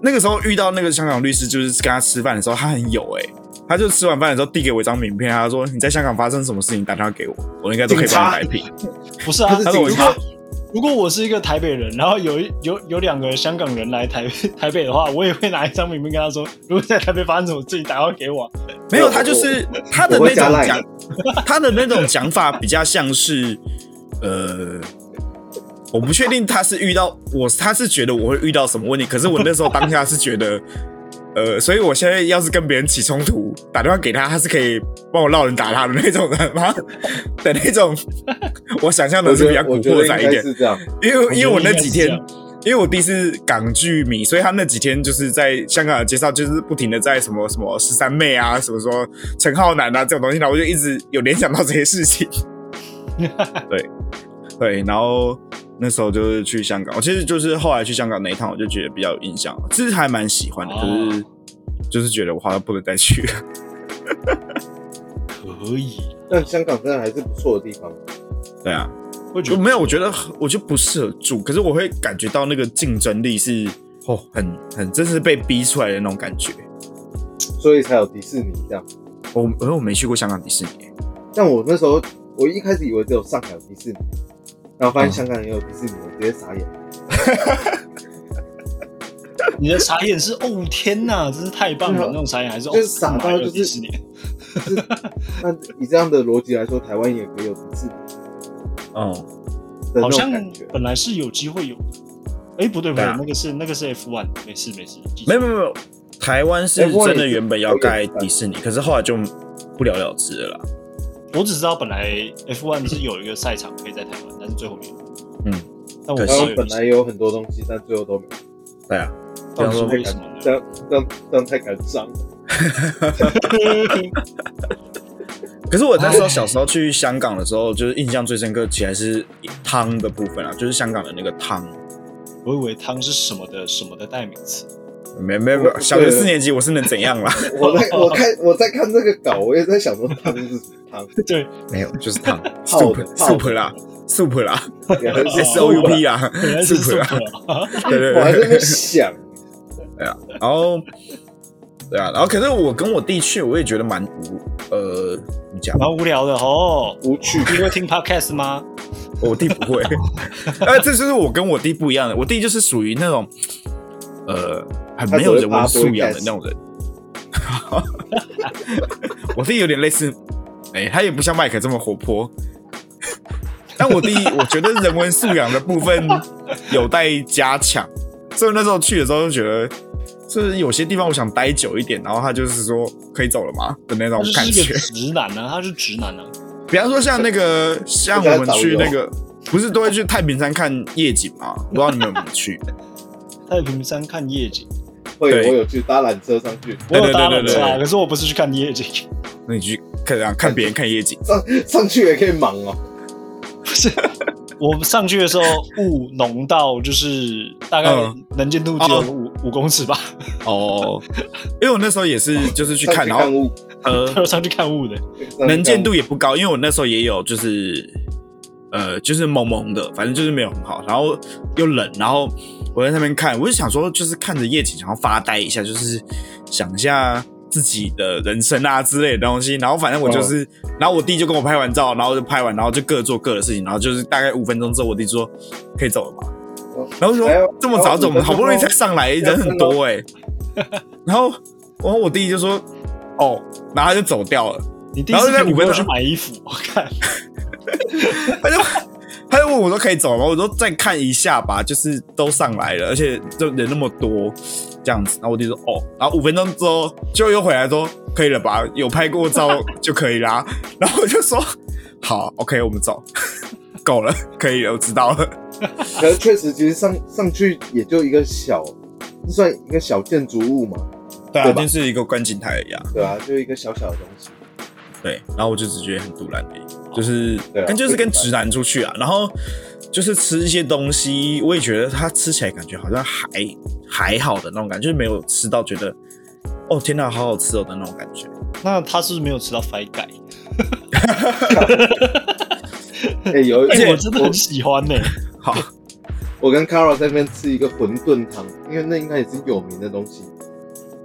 A: 那个时候遇到那个香港律师，就是跟他吃饭的时候，他很有哎、他就吃完饭的时候递给我一张名片，他说：“你在香港发生什么事情，打电话给我，我应该都可以帮你 摆平。
C: 不是啊
B: 他。是
A: 他说我
C: 如
A: 警察
C: 果如果我是一个台北人，然后有一有有两个香港人来台台北的 话，我也会拿一张名片跟他说，如果在台北发生什么事情，打电话给我。”
A: 没有，他就是他的
B: 我
A: 那
B: 会加
A: 种
B: line
A: 讲， 他的那种讲法比较像是，呃，我不确定他是遇到我，他是觉得我会遇到什么问题，可是我那时候当下是觉得， 呃，所以我现在要是跟别人起冲突，打电话给他，他是可以帮我绕人打他的那种人吗？的那种，我想象的
B: 我
A: 是
B: 觉
A: 比较
B: 得
A: 古
B: 我觉得
A: 惑仔
B: 应
A: 一
B: 该
A: 点，
B: 是这样，
A: 因为因为我
C: 我觉
A: 那
C: 得应该
A: 几
C: 是
A: 天
C: 这样，
A: 因为我弟是港剧迷，所以他那几天就是在香港的街上，就是不停的在什么什么十三妹啊，什么什么陈浩南啊这种东西，然后我就一直有联想到这些事 情。对对，然后那时候就是去香港，我其实就是后来去香港那一趟，我就觉得比较有印象，其实还蛮喜欢的，可
C: 哦
A: 是就是觉得我好像不能再去了。
C: 可以啦，
B: 但香港真的还是不错的地方。
A: 对啊，
C: 会觉
A: 就
B: 嗯
C: 得
A: 没有，我觉得我就不适合住，可是我会感觉到那个竞争力是哦，很很真是被逼出来的那种感觉。
B: 所以才有迪士尼这样。
A: 我而我没去过香港迪士尼，
B: 但我那时候，我一开始以为只有上海有迪士尼，然
A: 嗯
B: 后发现香港也有迪士尼，我直接傻眼。
C: 你的傻眼是哦天哪，真是太棒
B: 对
C: 了！
B: 啊
C: 那种傻眼还是哦
B: 就是傻到就是
C: 十年，
B: 那以这样的逻辑来说，台湾也可以有迪士尼哦
A: 嗯，
B: 的那
C: 好像
B: 种感觉。
C: 本来是有机会有的。哎，不对不
A: 对
C: 对
A: 啊，
C: 那个是那个是 F one，没事没事，继续
A: 没有没有没有，台湾是
B: 哎不过
A: 真的
B: 你
A: 原本要盖迪士尼，可是后来就不了了之了啦。
C: 我只知道本来 F one 是有一个赛场可以在台湾，但是最后没有。
A: 嗯，
C: 但我
A: 可
C: 不
A: 惜
B: 台
C: 知道
B: 湾
C: 有
B: 本来也有很多东西，但最后都没有。
A: 对啊，
C: 到底是
A: 想说
C: 为什么
B: 这
C: 呢？
B: 样这样这样太感 伤了。
A: 可是我那时候小时候去香港的时候，就是印象最深刻，其实还是汤的部分啊，就是香港的那个汤。
C: 我以为汤是什么的什么的代名词，
A: 没没没，
B: 我
A: 小学
B: 对
A: 四年级我是能怎样 啦？
B: 我在我看我在看这个稿，我也在想说汤是什么汤，
C: 对，
A: 没有，就是汤
B: 泡
A: ，soup
B: 的
A: soup 啦，soup 啦
B: 也很少
A: ，S O U P 啦
C: 本来是什
A: ，soup 啦，
C: 么？啊
A: 对对
B: 我还在
A: 对
B: 那边想，
A: 然后对啊，然后可是我跟我弟去，我也觉得蛮无呃，怎么讲？
C: 蛮无聊的哦。
B: 无趣。
C: 你会听 podcast 吗？
A: 我弟不 会， 哎，这就是我跟我弟不一样的，我弟就是属于那种呃很没有人文素养的那种人。 我弟有点类似，哎、他也不像麦克这么活泼，但我弟我觉得人文素养的部分有待加强，所以那时候去的时候就觉得。就是有些地方我想待久一点，然后他就是说可以走了吗的那种
C: 他就
A: 感
C: 是一
A: 觉
C: 个。直男啊，他是直男啊。
A: 比方说像那个，像我们去那个，不是都会去太平山看夜景吗？不知道你们有没有 去？
C: 太平山看夜景，
B: 会
A: 对
B: 我有去搭缆车上去，
C: 我
A: 对
C: 有
A: 对
C: 搭
A: 对
C: 缆
A: 对
C: 车啊，
A: 对
C: 可是我不是去看夜景，
A: 那你去看啊，看别人看夜 景，
B: 上上去也可以忙哦。
C: 我上去的时候雾浓到就是大概
A: 嗯
C: 能见度只有五五公尺吧，
A: 哦，因为我那时候也是就是去
B: 上
A: 看，然
B: 看
A: 后
B: 雾，
A: 呃
C: 要上去看雾的。
B: 上去
A: 能见
B: 看雾
A: 度也不高，因为我那时候也有就是呃就是蒙蒙的，反正就是没有很好，然后又冷，然后我在那边看，我就想说就是看着夜景，然后发呆一下，就是想一下。自己的人生啊之类的东西，然后反正我就是，然后我弟就跟我拍完照，然后就拍完，然后就各做各的事情，然后就是大概五分钟之后，我弟说可以走了嘛，
B: 哦
A: 然后说
B: 还有
A: 这么早走，我们好不容易才上来，
B: 要
A: 人很多哎、然后然后我弟就说哦，然后他就走掉了，
C: 你第一
A: 然
C: 次
A: 后在
C: 跟女
A: 五
C: 朋
A: 分
C: 友
A: 钟
C: 去买衣服， 我看
A: 他就他就问我说可以走了吗？我说再看一下吧，就是都上来了，而且就人那么多这样子。然后我弟说哦，然后五分钟之后就又回来说可以了吧，有拍过照就可以啦。 然后我就说好，OK，我们走，够了，可以了，我知道了。
B: 可是确实，其实上上去也就一个小，这算一个小建筑物嘛，
A: 对
B: 对吧
A: 就是一个观景台一样。
B: 对啊，就一个小小的东 西。
A: 对，然后我就只觉得很堵然而已，就是
B: 对啊
A: 跟就是跟
B: 会堵
A: 直男出去啊，然后就是吃一些东西，我也觉得他吃起来感觉好像还还好的那种感觉，就是没有吃到觉得哦天哪，好好吃哦的那种感觉。
C: 那他是不是没有吃到 f i g u
B: 哎、有一
A: 而
C: 哎、
A: 且
C: 我真的很喜欢呢、
A: 好，
B: 我跟 Carol 在那边吃一个馄饨汤，因为那应该也是有名的东西。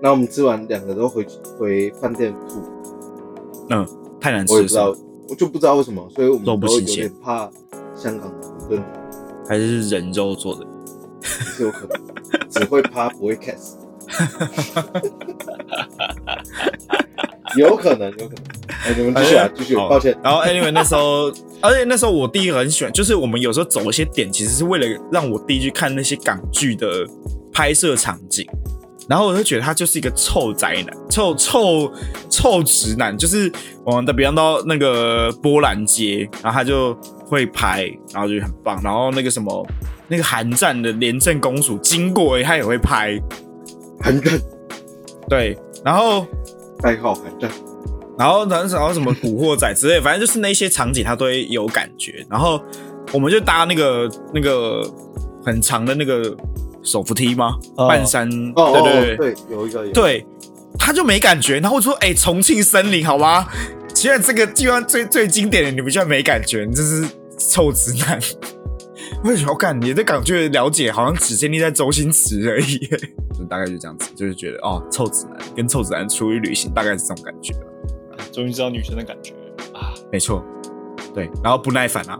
B: 然后我们吃完，两个都回回饭店吐，
A: 太难吃
B: 我
A: 了
B: 也不知
A: 是吗，
B: 道，我就不知道为什么，所以我
A: 都
B: 们
A: 不
B: 都有
A: 新鲜
B: 点怕香港的馄饨汤，
A: 还是人肉做的。
B: 也是有可能只会趴不会 catch，有可能，有可能。哎、你们继续啊，继续，
A: 好
B: 抱歉，
A: 然后 anyway 那时候， 而且那时候我弟很喜欢，就是我们有时候走一些点，其实是为了让我弟去看那些港剧的拍摄场景。然后我就觉得他就是一个臭宅男，臭臭臭直男，就是我们的比方到那个波兰街，然后他就会拍，然后就很棒。然后那个什么，那个韩战的廉政公署经过，他也会拍，
B: 寒战
A: 对。然后
B: 代号寒战，
A: 然后然后然后什么古惑仔之类，反正就是那些场景他都会有感觉。然后我们就搭那个那个很长的那个手扶梯吗？
C: 哦
A: 半山，
B: 哦
A: 对对
B: 哦，对，有一个有一个
A: 对，他就没感觉。然后我说：“哎、重庆森林，好吗？居然这个地方最最经典的，你们居然没感觉，你这是臭直男。 我也好感，你的感觉了解好像只建立在周星驰而已， 就大概就这样子，就是觉得哦，臭直男跟臭直男出去旅行，大概是这种感觉。
C: 终于知道女生的感觉啊！
A: 没错，对，然后不耐烦啊，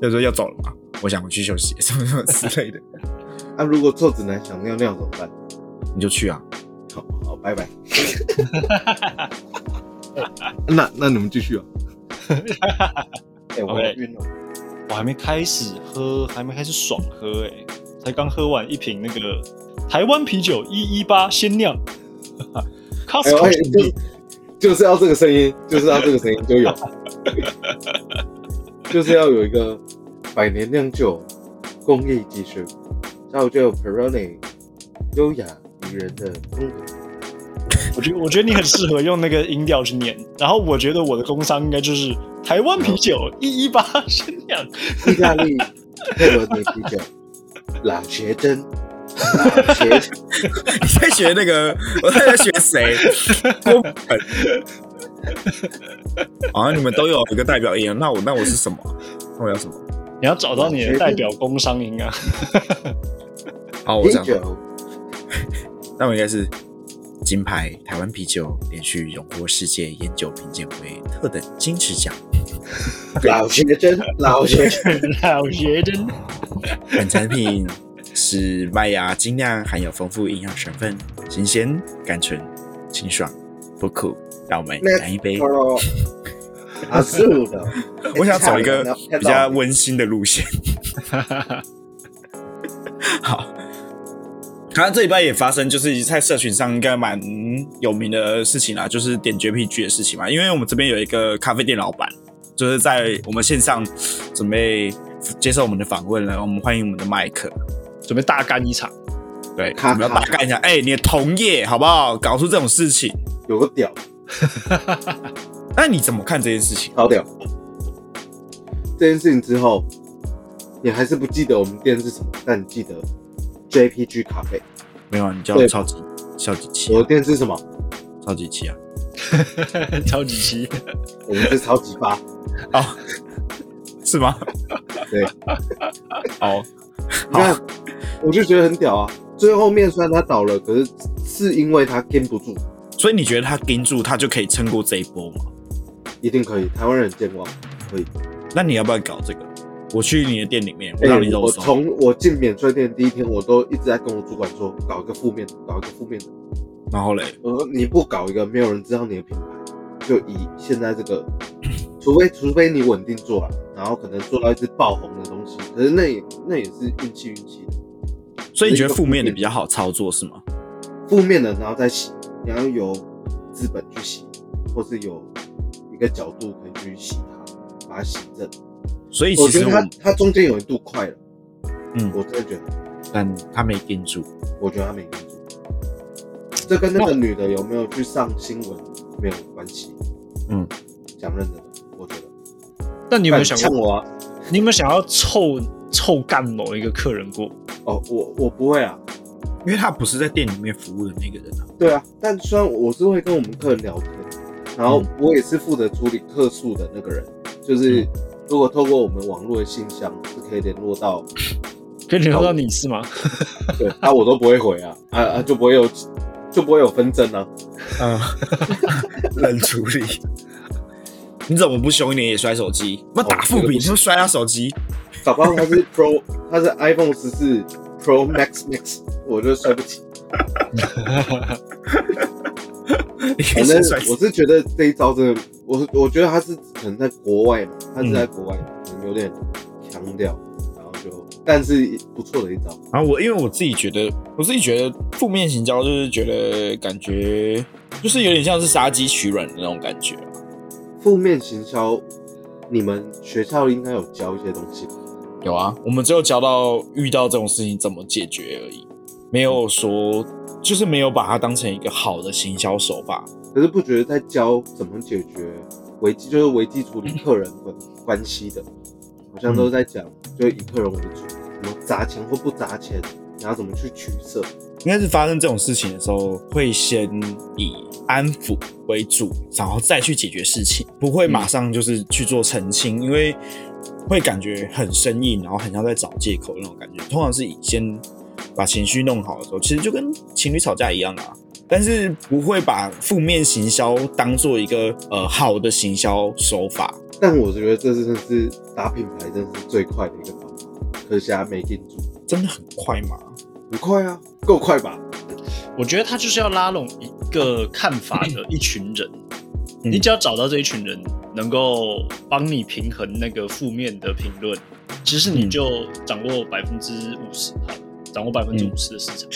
A: 就说要走了嘛，我想回去休息，什么什么之类的，
B: 那、如果臭子男想尿尿怎么办？
A: 你就去啊。
B: 好好，拜 拜。那那你们继续啊。哎、我好
C: OK
B: 晕了。
C: 我还没开始喝，还没开始爽喝哎、才刚喝完一瓶那个台湾啤酒一一八鲜酿
B: 哎呦，
C: ，Costco
B: 哎
C: 鲜
B: 就是就
C: 酿
B: 是要这个声音，就是要这个声音就 有，就是要有一个百年酿酒工艺技术，造就 Peroni 优雅宜人的风格。
C: 我觉得我觉得你很适合用那个音调去念，然后我觉得我的工商应该就是台湾啤酒一一八鲜酿，
B: 意大利佩罗尼啤酒，拉茄珍，拉茄
A: 你在学那个？我在学谁？郭本。啊，你们都有一个代表音，那我那我是什么？啊那我要什么？
C: 你要找到你的代表工商音啊！
A: 好， 我
B: 啤
A: 想，
B: 酒，
A: 那我应该是金牌台湾啤酒连续荣获世界烟酒评鉴会特等金质奖。
B: 老茄珍，老茄珍。
C: 老学真
A: 本产品使麦芽精酿含有丰富营养成分，新鲜、甘醇、清爽、不苦。让我们干一杯！
B: 阿素的，
A: 哎
B: 哎
A: 我想走一个
B: 啊
A: 比较温馨的路线。好，好像这礼拜也发生，就是在社群上应该蛮有名的事情啦，就是点绝 p g 的事情嘛。因为我们这边有一个咖啡店老板，就是在我们线上准备接受我们的访问了，我们欢迎我们的麦克。
C: 准备大干一 场，
A: 对，
B: 咔
A: 我们要
B: 咔
A: 大干一下，哎、你的同业好不好？搞出这种事情，
B: 有个屌，
A: 那你怎么看这件事情？
B: 超屌。这件事情之后，你还是不记得我们店是什么，但你记得 JPG 咖啡。
A: 没有啊，你叫
B: 对
A: 超级超级气
B: 我
A: 啊、
B: 的店是什么？
A: 超级气啊！
C: 超级期。
B: 我们是超级八。
A: 哦，是吗？
B: 对，
A: 哦，
B: 你看，我就觉得很屌啊。最后面虽然他倒了，可是是因为他跟不住，
A: 所以你觉得他盯住他就可以撑过这一波吗？
B: 一定可以。台湾人健忘，可以。
A: 那你要不要搞这个？我去你的店里面，我
B: 哎
A: 让你肉
B: 我
A: 松。
B: 从我进免税店第一天，我都一直在跟我主管说，搞一个负面的，搞一个负面的。
A: 然后嘞，
B: 我说呃你不搞一个，没有人知道你的品牌，就以现在这个，除非除非你稳定做了，然后可能做到一只爆红的东西，可是那也那也是运气运气的。
A: 所以你觉得负面的比较好操作是吗？
B: 负面的，然后再洗，你要有资本去洗，或是有一个角度可以去洗它，把它洗正。
A: 所以
B: 我
A: 其
B: 觉
A: 实我，
B: 得它它中间有一度快了，
A: 嗯
B: 我真的觉得，
A: 但他没盯住。
B: 我觉得它没跟住。这跟那个女的有没有去上新闻没有关系。
A: 嗯，
B: 讲认真的，我觉得。
C: 那你
B: 你
C: 有没有想
B: 呛
C: 过？
B: 我啊？
C: 你有没有想要臭臭干某一个客人过？
B: 哦，我我不会啊，
A: 因为他不是在店里面服务的那个人啊，
B: 对啊，但虽然我是会跟我们客人聊天，然后
A: 嗯
B: 我也是负责处理客诉的那个人，就是如果透过我们网络的信箱是可以联络到，
C: 可以联络到你是吗？
B: 对， 啊我都不会回啊，啊啊就不会有就不会有纷争啊，
A: 嗯，冷处理。你怎么不凶一点也摔手机？哦不打副
B: 这
A: 比，
B: 个不
A: 你就摔他手机。
B: 搞不好他是 Pro，他是 iPhone 十四 Pro Max Max，我就摔不起。
A: 你可以
B: 反
A: 先
B: 正
A: 摔
B: 我是觉得这一招真的，我我觉得他是可能在国外嘛，他是在国外，可能有点强调，然后就但是不错的一招。
A: 然后我因为我自己觉得，我自己觉得负面行销就是觉得感觉就是有点像是杀鸡取卵的那种感觉啊、
B: 负面行销，你们学校应该有教一些东西吧？
A: 有啊，我们只有教到遇到这种事情怎么解决而已，没有说就是没有把它当成一个好的行销手法。
B: 可是不觉得在教怎么解决危机，就是危机处理客人关关系的，好像都在讲，就以客人为主，什么砸钱或不砸钱，然后怎么去取舍，
A: 应该是发生这种事情的时候，会先以安抚为主，然后再去解决事情，不会马上就是去做澄清，因为会感觉很生硬，然后很像在找借口那种感觉。通常是以先把情绪弄好的时候，其实就跟情侣吵架一样啊。但是不会把负面行销当做一个呃好的行销手法，
B: 但我觉得这真的是打品牌，真是最快的一个方法。可惜还没定住，
A: 真的很快嘛。
B: 很快啊，够快吧？
C: 我觉得他就是要拉拢一个看法 的一群人，
A: 嗯
C: 你只要找到这一群人，能够帮你平衡那个负面的评论，其实你
A: 嗯
C: 就掌握百分之五十，好了掌握百分之五十的市场，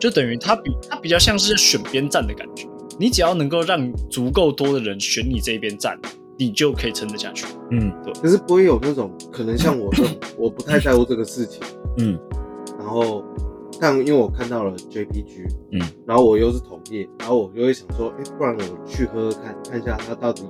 C: 就等于他比他比较像是选边站的感觉。你只要能够让足够多的人选你这一边站，你就可以撑得下去。
A: 嗯
B: 可是不会有那种可能像我这 种，我不太在乎这个事情。
A: 嗯
B: 然后，但因为我看到了 JPG，
A: 嗯，
B: 然后我又是同业，然后我就会想说，哎、不然我去喝喝看，看一下他到底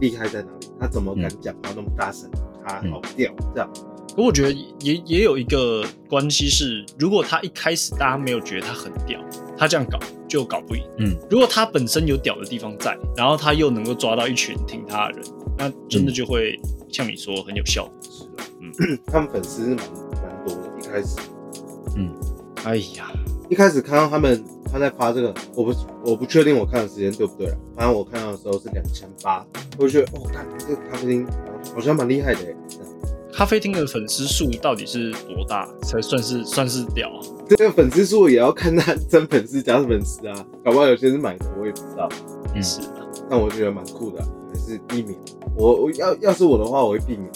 B: 厉害在哪里，他怎么敢讲话那么大声，他好屌这样。
C: 可我觉得也也有一个关系是，如果他一开始大家没有觉得他很屌，他这样搞就搞不赢。
A: 嗯，
C: 如果他本身有屌的地方在，然后他又能够抓到一群听他的人，那真的就会像你说很有效。
B: 是啊，
A: 嗯
C: 嗯
B: 他们粉丝是蛮蛮多的。一开始，
C: 哎呀，
B: 一开始看到他们他在发这个，我不我不确定我看的时间对不对啊，反正我看到的时候是两千八，我就觉得哦，感觉这个咖啡厅好像蛮厉害的欸，这样
C: 咖啡厅的粉丝数到底是多大才算是算是屌啊？
B: 这个粉丝数也要看他真粉丝假粉丝啊，搞不好有些是买的，我也不知道。
A: 嗯
C: 是啊，
B: 但我觉得蛮酷的啊、还是避免。我我要要是我的话，我会避免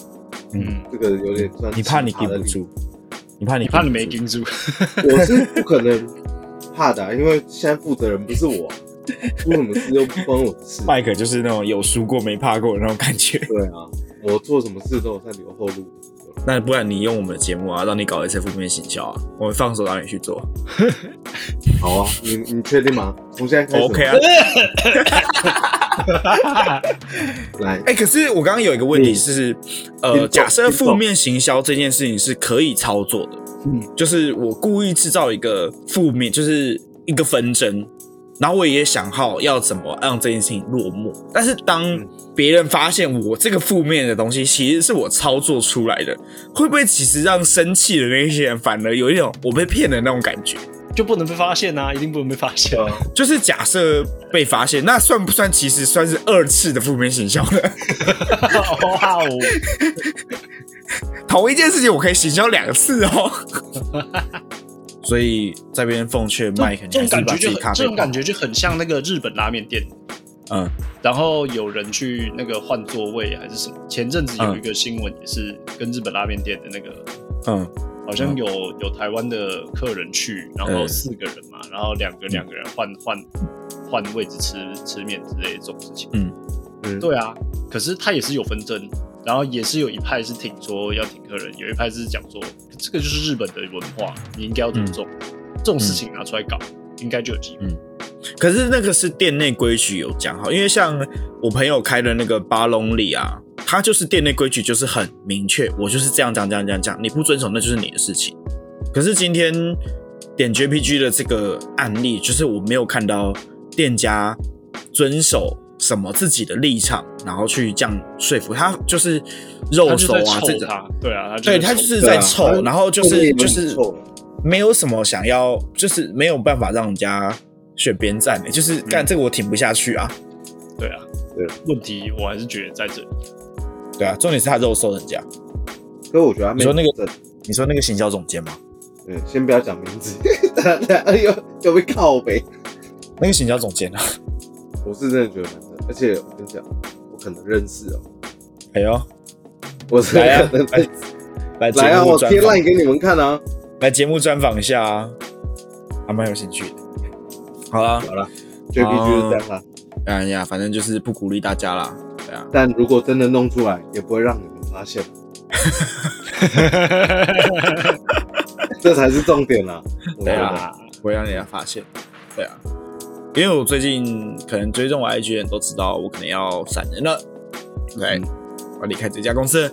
A: 嗯，
C: 嗯，
B: 这个有点 算。
A: 你怕你顶不？住，你怕你
C: 你怕你
A: 顶
C: 没
A: 不住
C: 盯住，
B: 我是不可能怕的啊、因为现在负责人不是我啊，出什么事又不关我的 事。
A: 麦克就是那种有输过没怕过的那种感觉。
B: 对啊，我做什么事都有在留后路。
A: 那不然你用我们的节目啊，让你搞一些负面行销啊，我们放手让你去做。
B: 好啊，你你确定吗？从现在开始
A: OK 啊，
B: 来，
A: 哎、可是我刚刚有一个问题是，
B: 听
A: 呃，
B: 懂
A: 假设
B: 听懂
A: 负面行销这件事情是可以操作的，
C: 嗯
A: 就是我故意制造一个负面，就是一个纷争，然后我也想好要怎么让这件事情落幕。但是当别人发现我这个负面的东西其实是我操作出来的，会不会其实让生气的那些人反而有一种我被骗的那种感觉？
C: 就不能被发现啊，一定不能被 发
A: 哦
C: 现啊。
A: 就是假设被发现，那算不算其实算是二次的负面行销呢？
C: 哇哦，
A: 同一件事情我可以行销两次哦。所以在这边奉劝麦克，你
C: 这
A: 还是
C: 种感
A: 把
C: 觉
A: 自
C: 就
A: 己咖
C: 很这
A: 啡
C: 种感觉就很像那个日本拉面店，
A: 嗯
C: 然后有人去那个换座位还是什么？前阵子有一个新闻也是跟日本拉面店的那个，
A: 嗯
C: 好像有有台湾的客人去，然
A: 嗯
C: 后四个人嘛，然后两个两个人换换换位置吃吃面之类的这种事情。
B: 嗯，
C: 对啊，可是他也是有纷争，然后也是有一派是挺说要挺客人，有一派是讲说这个就是日本的文化，你应该要尊重。
A: 嗯
C: 这种事情拿出来搞，应该就有机会。
A: 可是那个是店内规矩有讲好，因为像我朋友开的那个巴龙里啊，他就是店内规矩就是很明确，我就是这样这样这样这样这样，你不遵守那就是你的事情。可是今天点 JPG 的这个案例，就是我没有看到店家遵守什么自己的立场，然后去这样说服他，就是
C: 他
A: 肉
C: 就
A: 手
C: 在
A: 啊
C: 臭
A: 这种。
C: 他，对啊，他就
A: 对
C: 在
A: 他
C: 臭
A: 就是在
B: 对
A: 臭，
B: 啊
A: 然后就
B: 后面
A: 是
B: 也蛮
A: 就是
B: 臭的
A: 没有什么想要，就是没有办法让人家选边站的、就是干这个我挺不下去啊，
C: 对啊，
B: 对
C: 问题我还是觉得在这里。
A: 对啊，重点是他肉收人家。
B: 所以我觉得他
A: 你
B: 们
A: 说那个，你说那个行销总监吗？
B: 嗯，先不要讲名字， 大家又又被靠呗。
A: 那个行销总监 啊，
B: 我是真的觉得蛮正，而且我跟你讲，我可能认识哦，
A: 哎呦，
B: 我是
A: 来啊
B: 可能认识
A: 来节
B: 来啊，
A: 目
B: 我
A: 专
B: 贴烂
A: 访，
B: 给你们看啊！
A: 来节目专访一下啊，还蛮有兴趣的。好啊啦，
B: 好了，JPG 就是这样啦。
A: 哎呀，反正就是不鼓励大家啦，对啊，
B: 但如果真的弄出来，也不会让你们发现，这才是重点啦。我觉
A: 对
B: 得
A: 啊，不会让人家发现，对啊，因为我最近可能追踪我 IG 的人都知道我可能要闪人了，对，我要离开这家公司。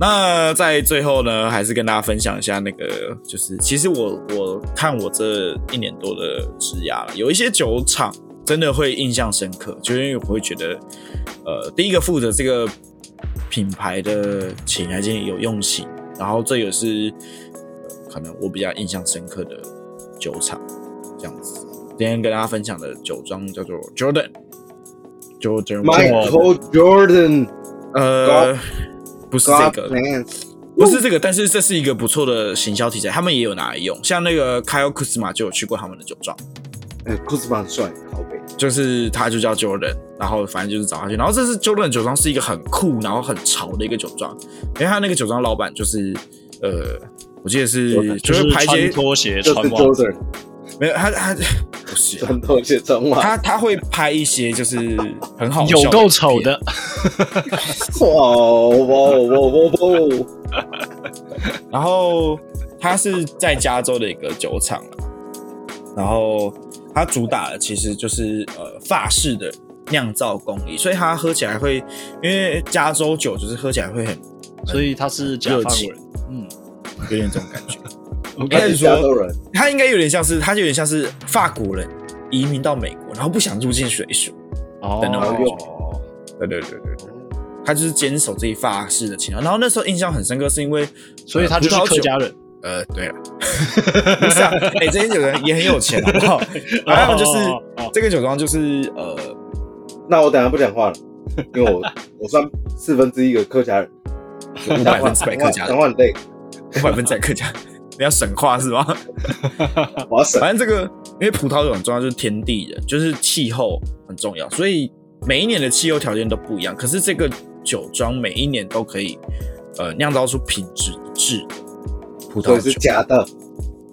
A: 那在最后呢，还是跟大家分享一下那个，就是其实我我看我这一年多的啊职涯了，有一些酒厂真的会印象深刻，就是因为我会觉得，呃，第一个负责这个品牌的请来经理有用心，然后这也是、呃可能我比较印象深刻的酒厂这样子。今天跟大家分享的酒庄叫做 Jordan。Jordan，
B: Michael Jordan，
C: 啊
A: 呃，不是这
B: God
A: 个，
B: Lance，
A: 不是这个，但是这是一个不错的行销题材，他们也有拿来用。像那个 Kyle Kuzma 就有去过他们的酒庄，
B: 哎，库兹马很帅，好北。
A: 就是他就叫 Jordan，然后反正就是找他去。然后这次 Jordan 的酒庄是一个很酷，然后很潮的一个酒庄，因为他那个酒庄老板就是呃，我记得是
B: Jordan，
A: 就
C: 就是
A: 是排
C: 穿
A: 街
C: 拖鞋、
B: 就
C: 穿
B: 是
C: 袜子，
B: Jordan
A: 没有他他 不是
B: 穿拖鞋穿袜，
A: 他他会拍一些就是很好笑
C: 有够
A: 影
C: 丑
A: 片
C: 的。
B: 哇哇哇哇哇！
A: 然后它是在加州的一个酒厂啊然后它主打的其实就是呃法式的酿造工艺，所以它喝起来会，因为加州酒就是喝起来会很
C: 所以他是假
A: 热
C: 发
A: 情
C: 人。嗯
A: 有点这种感 觉，
C: ，OK，
A: 应该是
B: 加州
A: 说
B: 人，
A: 它应该有点像是它就有点像是法国人移民到美国，然后不想入境水手，等等
C: 哦
A: 我，
B: 哦
A: 对对对对对，他就是坚守自己法式的情调。然后那时候印象很深刻，是因为
C: 所以他就是客家人。
A: 呃，对 了，不是啊，哎、这些酒人也很有钱，好不好？然后就是
C: 哦哦哦
A: 这个酒庄就是呃，
B: 那我等下不讲话了，因为我我算四分之一个客家人，
A: 五百分之百客家
B: 讲
A: 人，
B: 话很累，
A: 五百分之百客家人，你要神话是吗？嗯
B: 我要省。
A: 反正这个因为葡萄酒很重要，就是天地人，就是气候很重要，所以每一年的气候条件都不一样。可是这个酒庄每一年都可以呃酿造出品质一致的葡
B: 所
A: 萄
B: 以
A: 酒
B: 是，假的，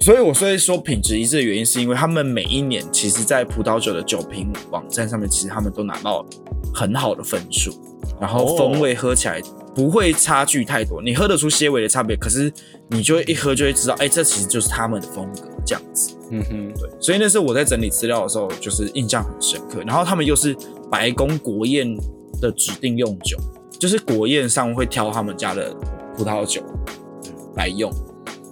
A: 所以我所以说品质一致的原因，是因为他们每一年其实，在葡萄酒的酒评网站上面，其实他们都拿到很好的分数，然后风味喝起来不会差距太多，你喝得出些微的差别，可是你就会一喝就会知道，哎、这其实就是他们的风格这样子。
C: 嗯哼，
A: 对，所以那是我在整理资料的时候，就是印象很深刻。然后他们又是白宫国宴的指定用酒，就是国宴上会挑他们家的葡萄酒来用，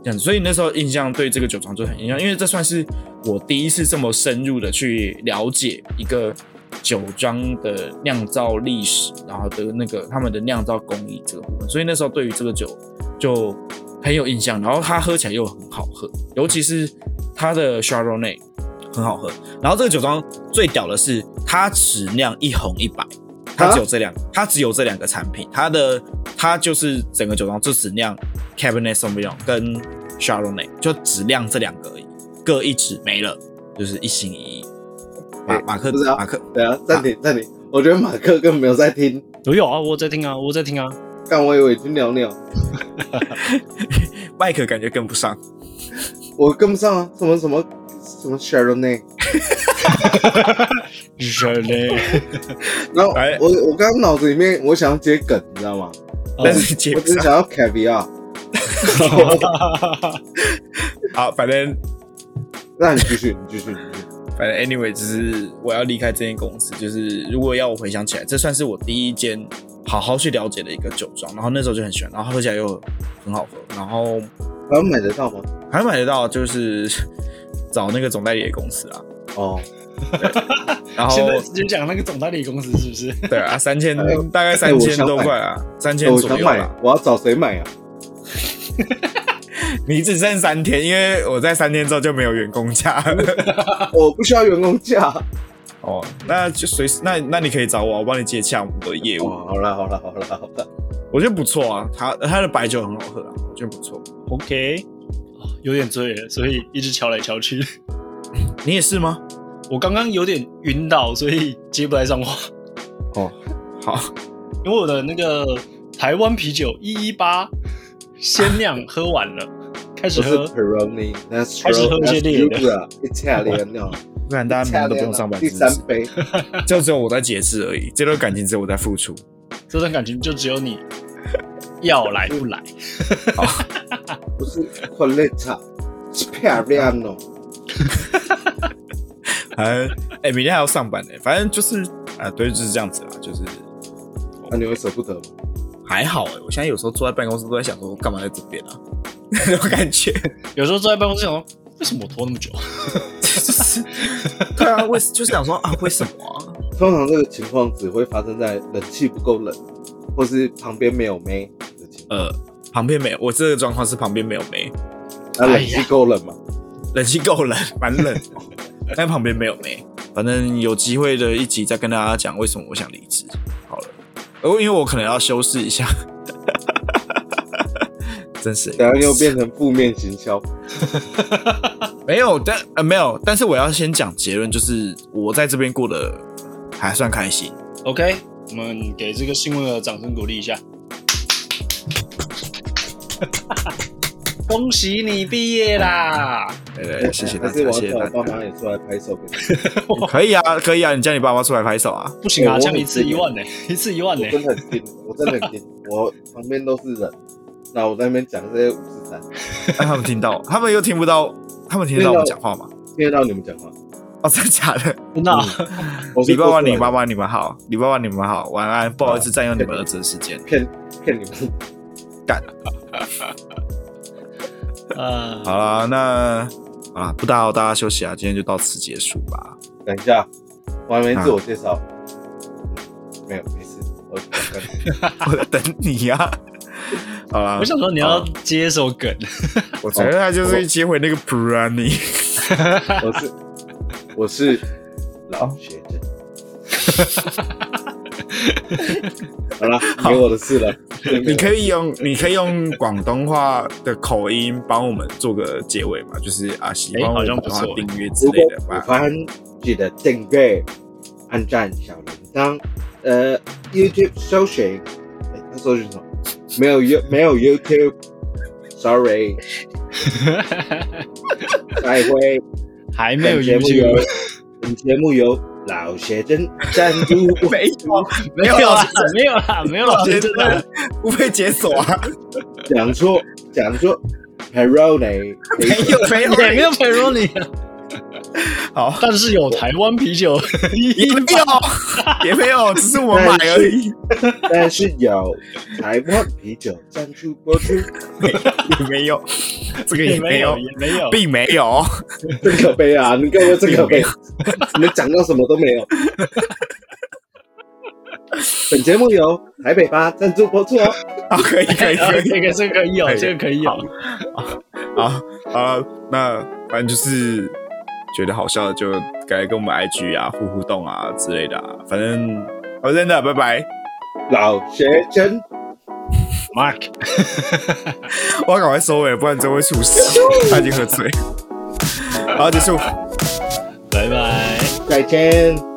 A: 这样子。所以那时候印象对这个酒庄就很印象，因为这算是我第一次这么深入的去了解一个酒庄的酿造历史，然后的那个他们的酿造工艺这个部分。所以那时候对于这个酒就很有印象，然后它喝起来又很好喝，尤其是它的 Chardonnay 很好喝。然后这个酒庄最屌的是，它只酿一红一白，它
B: 啊
A: 只有这两，它只有这两个产品，它的它就是整个酒庄就只酿 Cabernet Sauvignon 跟 Chardonnay，就只酿这两个而已，各一支没了，就是一心一意。马
B: 对
A: 马克
B: 不是啊
A: 马克
B: 等下暂停暂停，我觉得马克根本没有在听，
C: 我有啊，我在听啊，我在 听啊。
B: 但我以为去尿尿，
A: 麦克感觉跟不上，
B: 我跟不上啊，什么什么什么 Chardonnay，
C: 人类，
B: 然后
A: 哎
B: 我我刚刚脑子里面我想要接梗，你知道吗？
A: 但是啊接
B: 哦我
A: 不
B: 只是
A: 上。
B: 想要 caviar，
C: 哦
A: 好，反正
B: 那你继续你继续你继续，
A: 反正 anyway，只是我要离开这间公司，就是如果要我回想起来，这算是我第一间好好去了解的一个酒庄，然后那时候就很喜欢，然后喝起来又很好喝，然后
B: 我要买得到吗？
A: 还买得到，就是找那个总代理的公司啊，
B: 哦，
A: 然后
C: 现在直接讲那个总代理公司是不是？
A: 对啊，三千
B: 哎呦
A: 大概
B: 哎
A: 三
B: 我
A: 千
B: 想
A: 多
B: 买
A: 块啊，三千
B: 我
A: 左
B: 想
A: 右
B: 买
A: 啦。，
B: 我要找谁买 啊？
A: 你只剩三天，因为我在三天之后就没有员工价 了。
B: 我不需要员工价。
A: 哦，那就随时那那你可以找我，我帮你接洽我们的业务，
B: 哇，哦好啦好啦好啦好啦，
A: 我觉得不错啊，它它的白酒很好喝啊，我觉得不错。
C: OK，哦有点醉了，所以一直敲来敲去。
A: 你也是吗？
C: 我刚刚有点晕倒，所以接不太上话。
A: 哦，好，
C: 因为我的那个台湾啤酒一一八鲜酿喝完了，开
B: 不
C: 始
B: 是
C: 喝
B: Peroni，那是
C: 开始喝一些烈的
B: ，Italiano，
A: 不然大家明天都不用上班，
B: 啊第
A: 是不
B: 三
A: 是？
B: 杯，
A: 就只有我在节制而已，这段感情只有我在付出。
C: 这段感情就只有你要来不来。
B: 不是 Coletta，是 Periano。
A: 反正，哎、明天还要上班呢、反正就是啊，对，就是这样子啦，就是
B: 那你会舍不得吗？
A: 还好哎、我现在有时候坐在办公室都在想说，干嘛在这边啊？ 那种感觉，
C: 有时候坐在办公室想说，为什么我拖那么久？
A: 就是对啊，为就是想说啊，为什么啊？
B: 通常这个情况只会发生在冷气不够冷，或是旁边没有妹的情况。
A: 呃，旁边没有，我这个状况是旁边没有煤，
B: 那
C: 哎
B: 啊冷气
C: 呀
B: 够冷吗？
A: 冷气够冷，蛮冷的，但旁边没有煤。反正有机会的一集再跟大家讲为什么我想离职。好了，呃因为我可能要修饰一下， 真是
B: 等下又变成负面行销。
A: 没有，但呃没有，但是我要先讲结论，就是我在这边过得呃还算开心。
C: OK，我们给这个新闻的掌声鼓励一下。 恭喜你毕业啦！
A: 对对，啊谢谢大
B: 但是
A: 家，
B: 我
A: 谢谢
B: 要
A: 大
B: 找我爸
A: 家
B: 妈。也出来拍手给你。
A: 可以啊，可以啊，你叫你爸妈出来拍手 啊。
C: 不行啊，
B: 我
C: 这样一次
B: 我
C: 一万呢、一次一万呢、
B: 我真的很硬，我真的很硬，我旁边都是人，那我在那边讲这些五四三，
A: 让他们听到，他们又听不到，他们听得到我们讲话吗？
B: 听得到你们讲话。
A: 哦，真的假的？
C: 真的啊、
B: 我是
A: 李爸爸、
B: 做出来
A: 李妈妈，你们好，李爸爸，你们好，晚安，不好意思占用你们的真时间。
B: 骗骗你们，
C: 呃，
A: 好啦，那好啦，不打扰大家休息啊，今天就到此结束吧。
B: 等一下，我还没自我介绍。嗯没有，没事，我
A: 我在等你呀、啊。好啦
C: 我，想说你要接一首梗，
A: 哦我觉得他就是接回那个 Brani，
B: 我是 我是老学者。 好了，没我的事了。
A: 你可以用你可以用广东话的口音帮我们做个结尾嘛，就是啊，喜欢
C: 哎
A: 我
C: 好
A: 们
C: 像
A: 的
C: 不
A: 话
C: 错
A: 订阅之
B: 如
A: 类
B: 果
A: 的
B: 喜
A: 吧。
B: 欢，记得订阅、按赞小铃铛，呃，YouTube 搜寻，哎，要搜寻什么？没有 You 没有 YouTube，Sorry，再会。
C: 还没有
B: 本节目由
C: YouTube，
B: 本节目由老学生赞助。
A: 没有，
C: 没
A: 有
C: 有
A: 老
C: 啦
A: 师真，
C: 没有啦，没有老师真的，
A: 不被解锁啊，
B: 讲错，讲错 p e r o n i
A: 没 有没有
C: 也没有 p e r o n i
A: 好。
C: 但是有台湾啤酒，
A: 也没有，也没有，只是我买而已，
B: 但是有台湾啤酒赞助播出，
A: 也没有，这个也没有，
C: 也没有，
A: 并没有，
B: 真可悲啊！你各位真可 悲，你们讲到什么都没有。本节目由台北吧赞助播出哦。
A: 好，可以，可以，
C: 啊
A: 可
C: 这
A: 以，
C: 个这个可以有，
A: 可以
C: 这个可以有
A: 好。好，好，那反正就是觉得好笑的，就该跟我们 IG 啊互互动啊之类的、啊，反正好，真的，拜拜，
B: 老学生，
C: Mark。
A: 我要赶快收尾，不然真会出事，他已经喝醉，好，结束。
C: 拜拜。
B: 再见。